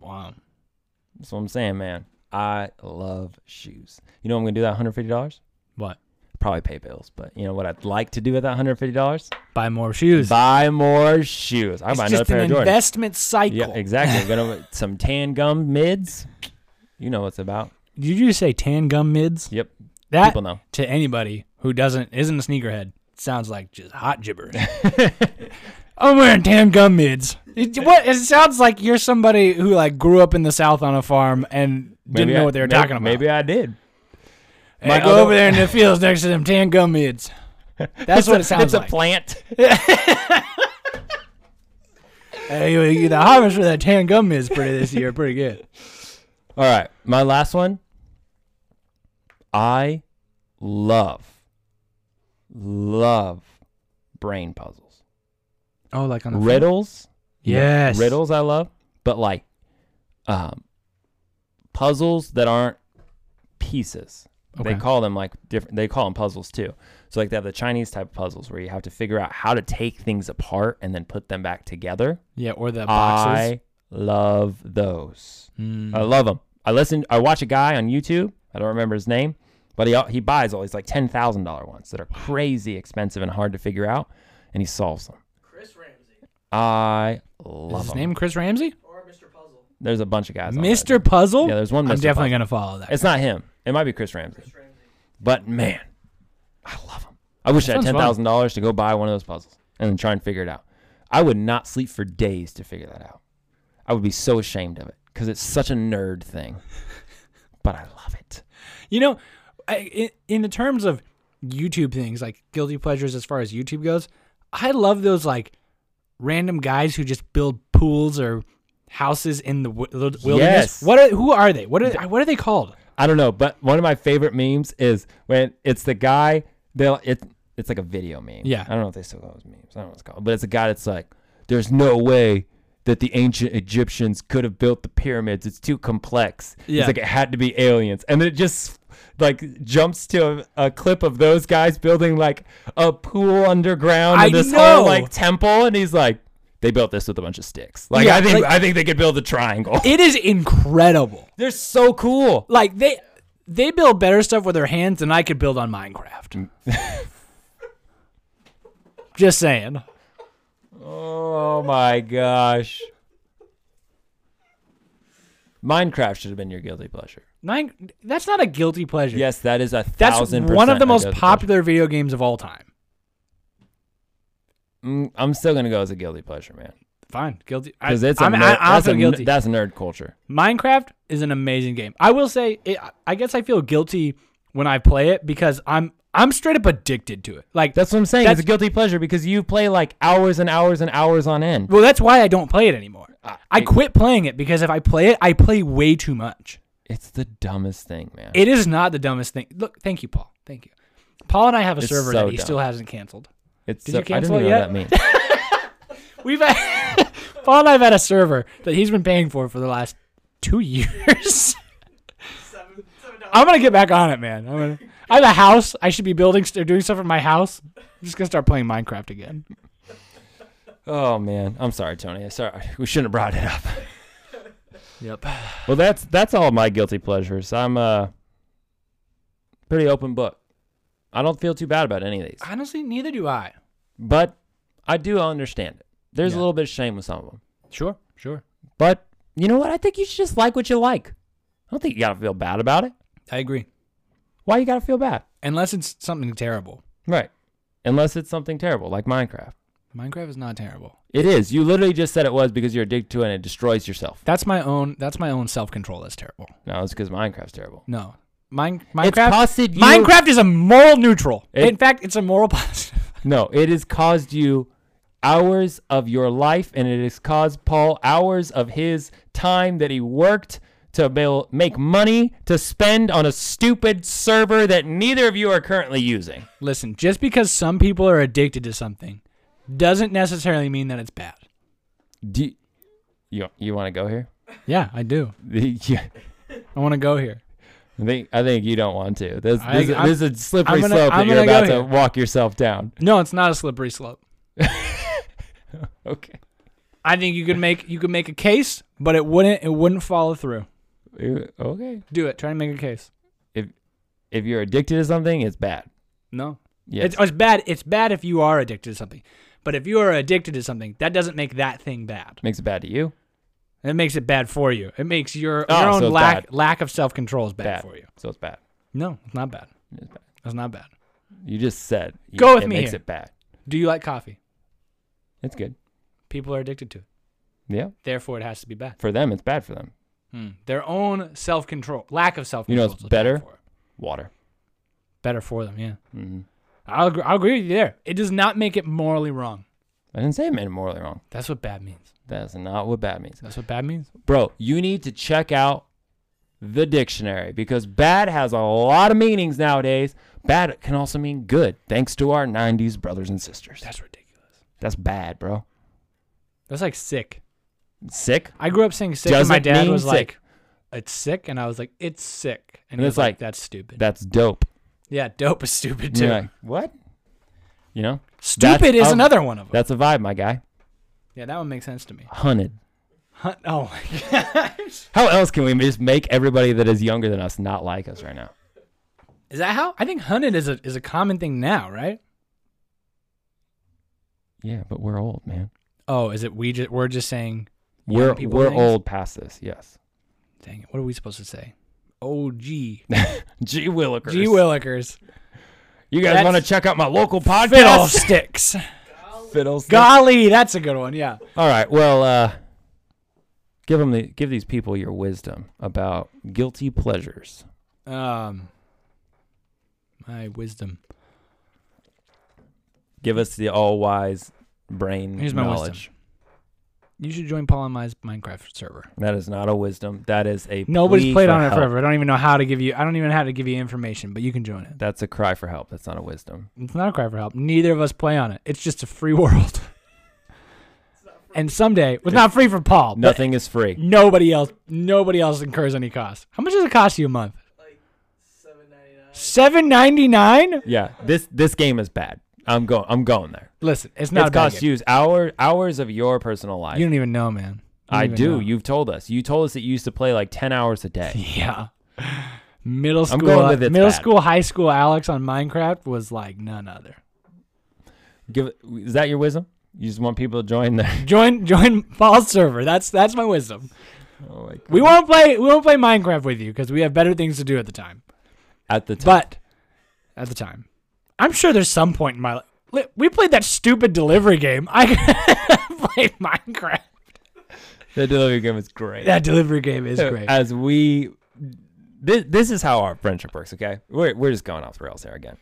Speaker 1: Wow.
Speaker 2: That's what I'm saying, man. I love shoes. You know what I'm gonna do that 150 dollars.
Speaker 1: What?
Speaker 2: Probably pay bills, but you know what I'd like to do with that 150 dollars?
Speaker 1: Buy more shoes.
Speaker 2: Buy more shoes. I
Speaker 1: it's
Speaker 2: buy another
Speaker 1: just
Speaker 2: pair of
Speaker 1: an
Speaker 2: Jordans.
Speaker 1: investment cycle.
Speaker 2: yeah, exactly. I'm gonna
Speaker 1: [laughs]
Speaker 2: some tan gum mids. You know what's about.
Speaker 1: Did you just say tan gum mids?
Speaker 2: Yep.
Speaker 1: That
Speaker 2: People know.
Speaker 1: to anybody who doesn't isn't a sneakerhead sounds like just hot
Speaker 2: [laughs]
Speaker 1: gibberish. [laughs] I'm wearing tan gum mids. It, what it sounds like you're somebody who like grew up in the South on a farm and didn't
Speaker 2: Maybe
Speaker 1: know
Speaker 2: I-
Speaker 1: what they were
Speaker 2: may-
Speaker 1: talking about.
Speaker 2: Maybe I did.
Speaker 1: Hey,
Speaker 2: my
Speaker 1: go
Speaker 2: other-
Speaker 1: over there in
Speaker 2: [laughs]
Speaker 1: the fields next to them tan gum mids. That's what it sounds
Speaker 2: It's a
Speaker 1: like.
Speaker 2: plant.
Speaker 1: Hey, you- you- the harvest for that tan gum mids pretty this year, pretty
Speaker 2: [laughs]
Speaker 1: good.
Speaker 2: All right, my last one. I love, love brain puzzles,
Speaker 1: Oh, like on the
Speaker 2: riddles.
Speaker 1: Yes.
Speaker 2: riddles. I love, but like, um, puzzles that aren't pieces. They
Speaker 1: Okay.
Speaker 2: call them like different. They call them puzzles too. So like they have the Chinese type of puzzles where you have to figure out how to take things apart and then put them back together.
Speaker 1: Yeah, or the boxes.
Speaker 2: I love those.
Speaker 1: Mm.
Speaker 2: I love him. I listen. I watch a guy on YouTube. I don't remember his name, but he he buys all these like ten thousand dollar ones that are crazy expensive and hard to figure out, and he solves them.
Speaker 3: Chris Ramsey
Speaker 1: Is
Speaker 2: I love
Speaker 1: his
Speaker 2: him.
Speaker 1: name Chris Ramsey?
Speaker 3: or Mr. Puzzle.
Speaker 2: There's a bunch of guys. on that.
Speaker 1: Mr. Puzzle?
Speaker 2: Yeah, there's one
Speaker 1: I'm
Speaker 2: Mr.
Speaker 1: definitely
Speaker 2: Puzzle.
Speaker 1: going to follow that.
Speaker 2: It's not him. It might be Chris Ramsey,
Speaker 3: Chris Ramsey.
Speaker 2: but man, I love him. I wish I had
Speaker 1: Sounds
Speaker 2: ten
Speaker 1: fun.
Speaker 2: thousand dollars to go buy one of those puzzles and then try and figure it out. I would not sleep for days to figure that out. I would be so ashamed of it because it's such a nerd thing, but I love it.
Speaker 1: You know, I, in, in the terms of YouTube things, like guilty pleasures as far as YouTube goes, I love those like random guys who just build pools or houses in the wi- wilderness.
Speaker 2: Yes.
Speaker 1: What are, who are they? What are what are they called?
Speaker 2: I don't know, but one of my favorite memes is when it's the guy. They it it's like a video meme.
Speaker 1: Yeah.
Speaker 2: I don't know if they still call those memes. I don't know what it's called, but it's a guy that's like, "There's no way that the ancient Egyptians could have built the pyramids. It's too complex.
Speaker 1: Yeah.
Speaker 2: It's like it had to be aliens." And then it just like jumps to a, a clip of those guys building like a pool underground
Speaker 1: I
Speaker 2: and this
Speaker 1: know.
Speaker 2: whole like temple, and he's like. They built this with a bunch of sticks. Like
Speaker 1: Yeah,
Speaker 2: I think
Speaker 1: like-
Speaker 2: I think they could build a triangle.
Speaker 1: It is incredible.
Speaker 2: [laughs] They're so cool.
Speaker 1: Like they they build better stuff with their hands than I could build on Minecraft.
Speaker 2: Mm.
Speaker 1: [laughs] just saying.
Speaker 2: Oh my gosh. Minecraft should have been your guilty pleasure.
Speaker 1: Mine, that's not a guilty pleasure.
Speaker 2: Yes, that is a
Speaker 1: that's
Speaker 2: thousand percent.
Speaker 1: one of the
Speaker 2: a
Speaker 1: most
Speaker 2: guilty
Speaker 1: popular video games of all time.
Speaker 2: pleasure. Mm, I'm still gonna go as a guilty pleasure, man,
Speaker 1: Fine, guilty. I-
Speaker 2: because it's a
Speaker 1: I'm-
Speaker 2: ner-
Speaker 1: I- I
Speaker 2: that's,
Speaker 1: feel
Speaker 2: a n-
Speaker 1: guilty.
Speaker 2: that's nerd culture.
Speaker 1: Minecraft is an amazing game. I will say, it, I guess I feel guilty when I play it because I'm I'm straight up addicted to it. Like
Speaker 2: That's what I'm saying.
Speaker 1: That's-
Speaker 2: it's a guilty pleasure because you play like hours and hours and hours on end.
Speaker 1: well, that's why I don't play it anymore. I quit playing it because if I play it, I play way too much.
Speaker 2: It's the dumbest thing, man.
Speaker 1: It is not the dumbest thing. Look, thank you, Paul. Thank you. Paul and I have a
Speaker 2: It's
Speaker 1: server
Speaker 2: so
Speaker 1: that he
Speaker 2: dumb.
Speaker 1: still hasn't canceled.
Speaker 2: it's
Speaker 1: did
Speaker 2: so,
Speaker 1: you cancel
Speaker 2: I don't
Speaker 1: it
Speaker 2: even
Speaker 1: yet?
Speaker 2: know
Speaker 1: [laughs]
Speaker 2: what that means.
Speaker 1: We've had, [laughs] Paul and I've had a server that he's been paying for for the last two years.
Speaker 3: Seven, seven dollars.
Speaker 1: I'm gonna get back on it, man. I'm gonna, I have a house. I should be building or doing stuff in my house. I'm just gonna start playing Minecraft again.
Speaker 2: oh man, I'm sorry, Tony. I'm sorry. [laughs] We shouldn't have brought it up.
Speaker 1: Yep.
Speaker 2: Well, that's that's all my guilty pleasures. I'm uh pretty open book. I don't feel too bad about any of these,
Speaker 1: Honestly, neither do I.
Speaker 2: but I do understand it. There's
Speaker 1: Yeah.
Speaker 2: a little bit of shame with some of them,
Speaker 1: Sure, sure.
Speaker 2: but you know what? I think you should just like what you like. I don't think you gotta feel bad about it.
Speaker 1: I agree.
Speaker 2: Why you gotta feel bad?
Speaker 1: Unless it's something terrible.
Speaker 2: Right. Unless it's something terrible like Minecraft.
Speaker 1: Minecraft is not terrible.
Speaker 2: It is. You literally just said it was because you're addicted to it and it destroys yourself.
Speaker 1: That's my own. That's my own self control. That's terrible.
Speaker 2: No, it's because Minecraft's terrible.
Speaker 1: No, Mine, Minecraft.
Speaker 2: costed you-
Speaker 1: Minecraft is a moral neutral.
Speaker 2: It-
Speaker 1: In fact, it's a moral [laughs] positive.
Speaker 2: No, it has caused you hours of your life, and it has caused Paul hours of his time that he worked to build, make money to spend on a stupid server that neither of you are currently using.
Speaker 1: Listen, just because some people are addicted to something, doesn't necessarily mean that it's bad.
Speaker 2: Do you, you, want to go here? [laughs]
Speaker 1: Yeah, I do.
Speaker 2: Yeah.
Speaker 1: I want to go here.
Speaker 2: I think I think you don't want to. This
Speaker 1: I-
Speaker 2: this,
Speaker 1: I'm-
Speaker 2: this is a slippery
Speaker 1: I'm gonna-
Speaker 2: slope that
Speaker 1: I'm
Speaker 2: you're
Speaker 1: gonna go
Speaker 2: about to
Speaker 1: here.
Speaker 2: walk yourself down. [laughs]
Speaker 1: No, it's not a slippery slope.
Speaker 2: Okay.
Speaker 1: I think you could make you could make a case, but it wouldn't it wouldn't follow through.
Speaker 2: Okay.
Speaker 1: Do it. Try and make a case.
Speaker 2: If you're addicted to something, it's bad.
Speaker 1: No.
Speaker 2: Yes.
Speaker 1: It's, it's bad. It's bad if you are addicted to something. But if you are addicted to something, that doesn't make that thing bad.
Speaker 2: Makes it bad to you.
Speaker 1: It makes it bad for you. It makes your,
Speaker 2: Oh,
Speaker 1: your
Speaker 2: so
Speaker 1: own
Speaker 2: it's
Speaker 1: lack
Speaker 2: bad.
Speaker 1: lack of self control is bad,
Speaker 2: Bad
Speaker 1: for you.
Speaker 2: So it's bad.
Speaker 1: No, it's not bad.
Speaker 2: It's bad.
Speaker 1: That's not bad.
Speaker 2: You just said you-
Speaker 1: Go with
Speaker 2: it
Speaker 1: me
Speaker 2: makes
Speaker 1: here.
Speaker 2: it bad.
Speaker 1: Do you like coffee?
Speaker 2: It's good.
Speaker 1: People are addicted to it.
Speaker 2: Yeah.
Speaker 1: Therefore, it has to be bad.
Speaker 2: For them, it's bad for them.
Speaker 1: Hmm. Their own self control, lack of self
Speaker 2: You
Speaker 1: control.
Speaker 2: know what's better?
Speaker 1: Better for,
Speaker 2: Water.
Speaker 1: better for them, yeah.
Speaker 2: Mhm.
Speaker 1: I'll agree, I'll agree with you there. It does not make it morally wrong.
Speaker 2: I didn't say it made it morally wrong.
Speaker 1: That's what bad means.
Speaker 2: That's not what bad means.
Speaker 1: That's what bad means.
Speaker 2: Bro, you need to check out the dictionary because bad has a lot of meanings nowadays. Bad can also mean good, thanks to our 90s brothers and sisters.
Speaker 1: That's ridiculous.
Speaker 2: That's bad, bro.
Speaker 1: That's like sick.
Speaker 2: Sick.
Speaker 1: I grew up saying sick, and my
Speaker 2: Doesn't
Speaker 1: dad
Speaker 2: mean
Speaker 1: was like,
Speaker 2: sick.
Speaker 1: "It's sick," and I was like, "It's sick," and,
Speaker 2: And
Speaker 1: he
Speaker 2: it's
Speaker 1: was like,
Speaker 2: like,
Speaker 1: "That's stupid."
Speaker 2: That's dope.
Speaker 1: yeah, dope is stupid
Speaker 2: And
Speaker 1: too.
Speaker 2: you're like, what? You know?
Speaker 1: stupid
Speaker 2: that's
Speaker 1: is
Speaker 2: a-
Speaker 1: another one of them.
Speaker 2: That's a vibe, my guy.
Speaker 1: yeah, that one makes sense to me.
Speaker 2: Hunted.
Speaker 1: Huh? Oh my [laughs] god.
Speaker 2: How else can we just make everybody that is younger than us not like us right now?
Speaker 1: is that how? I think hunted is a is a common thing now, right?
Speaker 2: Yeah, but we're old, man.
Speaker 1: Oh, is it we just we're just saying? young
Speaker 2: We're
Speaker 1: people
Speaker 2: we're
Speaker 1: things?
Speaker 2: old past this. Yes. [laughs]
Speaker 1: Dang it! What are we supposed to say? Oh, gee,
Speaker 2: G Willikers.
Speaker 1: gee, Willikers,
Speaker 2: You guys
Speaker 1: That's-
Speaker 2: want to check out my local
Speaker 1: fiddle [laughs]
Speaker 2: podcast?
Speaker 1: sticks.
Speaker 2: Fiddles.
Speaker 1: Golly, that's a good one. Yeah.
Speaker 2: All right. Well, uh, give them the give these people your wisdom about guilty pleasures.
Speaker 1: Um, my wisdom.
Speaker 2: Give us the all wise brain
Speaker 1: Here's my
Speaker 2: knowledge.
Speaker 1: wisdom. You should join Paul and my Minecraft server.
Speaker 2: That is not a wisdom. That is a
Speaker 1: Nobody's
Speaker 2: plea
Speaker 1: played
Speaker 2: for
Speaker 1: on it
Speaker 2: help.
Speaker 1: forever. I don't even know how to give you. I don't even know how to give you information, but you can join it.
Speaker 2: That's a cry for help. That's not a wisdom.
Speaker 1: It's not a cry for help. Neither of us play on it. It's just a free [laughs] world. and someday, well, it's not free for Paul. but
Speaker 2: Nothing is free.
Speaker 1: Nobody else. Nobody else incurs any cost. How much does it cost you a month?
Speaker 3: Like seven ninety nine.
Speaker 1: Seven ninety nine.
Speaker 2: Yeah. This this game is bad. I'm going. I'm going there.
Speaker 1: Listen, it's not.
Speaker 2: It's
Speaker 1: a bad
Speaker 2: cost
Speaker 1: game.
Speaker 2: you hour, hours of your personal life.
Speaker 1: You don't even know, man. You don't
Speaker 2: I
Speaker 1: even
Speaker 2: do.
Speaker 1: know.
Speaker 2: You've told us. You told us that you used to play like ten hours a day.
Speaker 1: [laughs] Yeah. Middle school,
Speaker 2: I'm going with it's
Speaker 1: middle
Speaker 2: bad.
Speaker 1: school, high school. Alex on Minecraft was like none other.
Speaker 2: Give is that your wisdom? You just want people to
Speaker 1: [laughs]
Speaker 2: join [laughs] there.
Speaker 1: Join, join Paul's server. That's that's my wisdom.
Speaker 2: Oh my
Speaker 1: We won't play, we won't play Minecraft with you because we have better things to do at the time.
Speaker 2: At the time,
Speaker 1: But at the time, I'm sure there's some point in my life. Li- We played that stupid delivery game. I [laughs] played Minecraft.
Speaker 2: the delivery game is great.
Speaker 1: That delivery game is
Speaker 2: So,
Speaker 1: great.
Speaker 2: As we, this, this is how our friendship works. Okay, we're we're just going off the rails here again.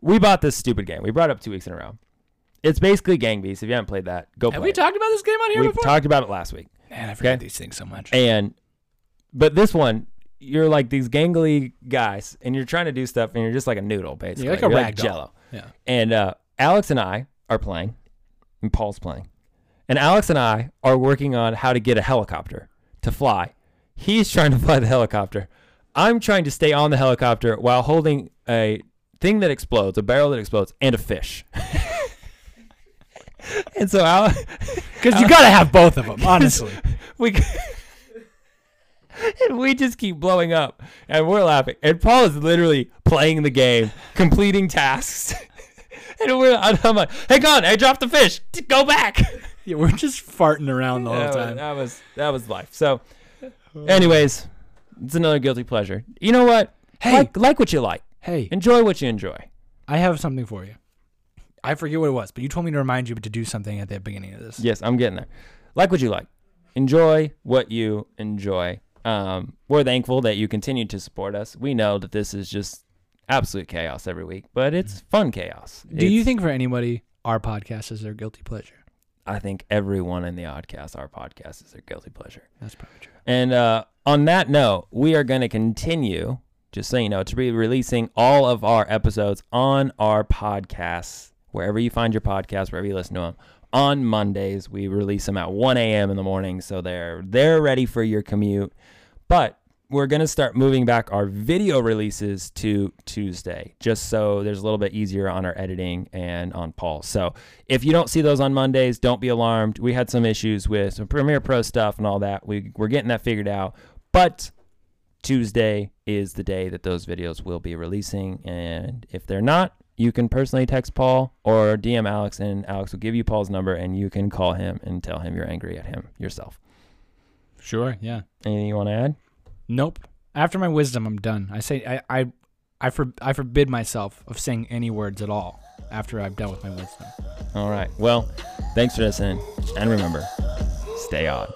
Speaker 2: We bought this stupid game. We brought it up two weeks in a row. It's basically Gang Beasts. If you haven't played that, go
Speaker 1: Have
Speaker 2: play
Speaker 1: we
Speaker 2: it.
Speaker 1: talked about this game on here
Speaker 2: We've
Speaker 1: before?
Speaker 2: talked about it last week.
Speaker 1: Man, I forget
Speaker 2: okay.
Speaker 1: these things so much.
Speaker 2: And but this one, you're like these gangly guys, and you're trying to do stuff, and you're just like a noodle, basically.
Speaker 1: like a rag doll.
Speaker 2: jello.
Speaker 1: Yeah.
Speaker 2: And uh, Alex and I are playing, and Paul's playing, and Alex and I are working on how to get a helicopter to fly. He's [laughs] trying to fly the helicopter. I'm trying to stay on the helicopter while holding a thing that explodes, a barrel that explodes, and a fish. [laughs] and so Al-
Speaker 1: Because you gotta have both [laughs] of them, honestly.
Speaker 2: we [laughs] and we just keep blowing up and we're laughing and paul is literally playing the game completing tasks [laughs] and we're i'm like hang on i dropped the fish go back
Speaker 1: Yeah, we're just farting around the whole
Speaker 2: that, was,
Speaker 1: time.
Speaker 2: that was that was life so anyways it's another guilty pleasure you know what
Speaker 1: Hey.
Speaker 2: like, like what you like
Speaker 1: Hey,
Speaker 2: enjoy what you enjoy
Speaker 1: I have something for you. I forget what it was, but you told me to remind you to do something at the beginning of this.
Speaker 2: Yes, I'm getting there. Like what you like. Enjoy what you enjoy. Um, we're thankful that you continue to support us. We know that this is just absolute chaos every week, but it's fun chaos.
Speaker 1: Mm-hmm. Do you
Speaker 2: It's-
Speaker 1: think for anybody our podcast is their guilty pleasure?
Speaker 2: I think everyone in the Oddcast, our podcast, is their guilty pleasure.
Speaker 1: That's probably true.
Speaker 2: And uh, on that note, we are going to continue, just so you know, to be releasing all of our episodes on our podcasts, wherever you find your podcasts, wherever you listen to them. On Mondays, we release them at 1 a.m. in the morning, so they're they're ready for your commute. But we're going to start moving back our video releases to Tuesday, just so there's a little bit easier on our editing and on Paul. So if you don't see those on Mondays, don't be alarmed. We had some issues with some Premiere Pro stuff and all that. We, we're getting that figured out. But Tuesday is the day that those videos will be releasing. And if they're not, you can personally text Paul or DM Alex, and Alex will give you Paul's number and you can call him and tell him you're angry at him yourself.
Speaker 1: Sure. Yeah.
Speaker 2: Anything you want to add?
Speaker 1: Nope. After my wisdom, I'm done. I say I I I, for, I forbid myself of saying any words at all after I've done with my wisdom.
Speaker 2: All right. Well, thanks for listening. And remember, stay odd.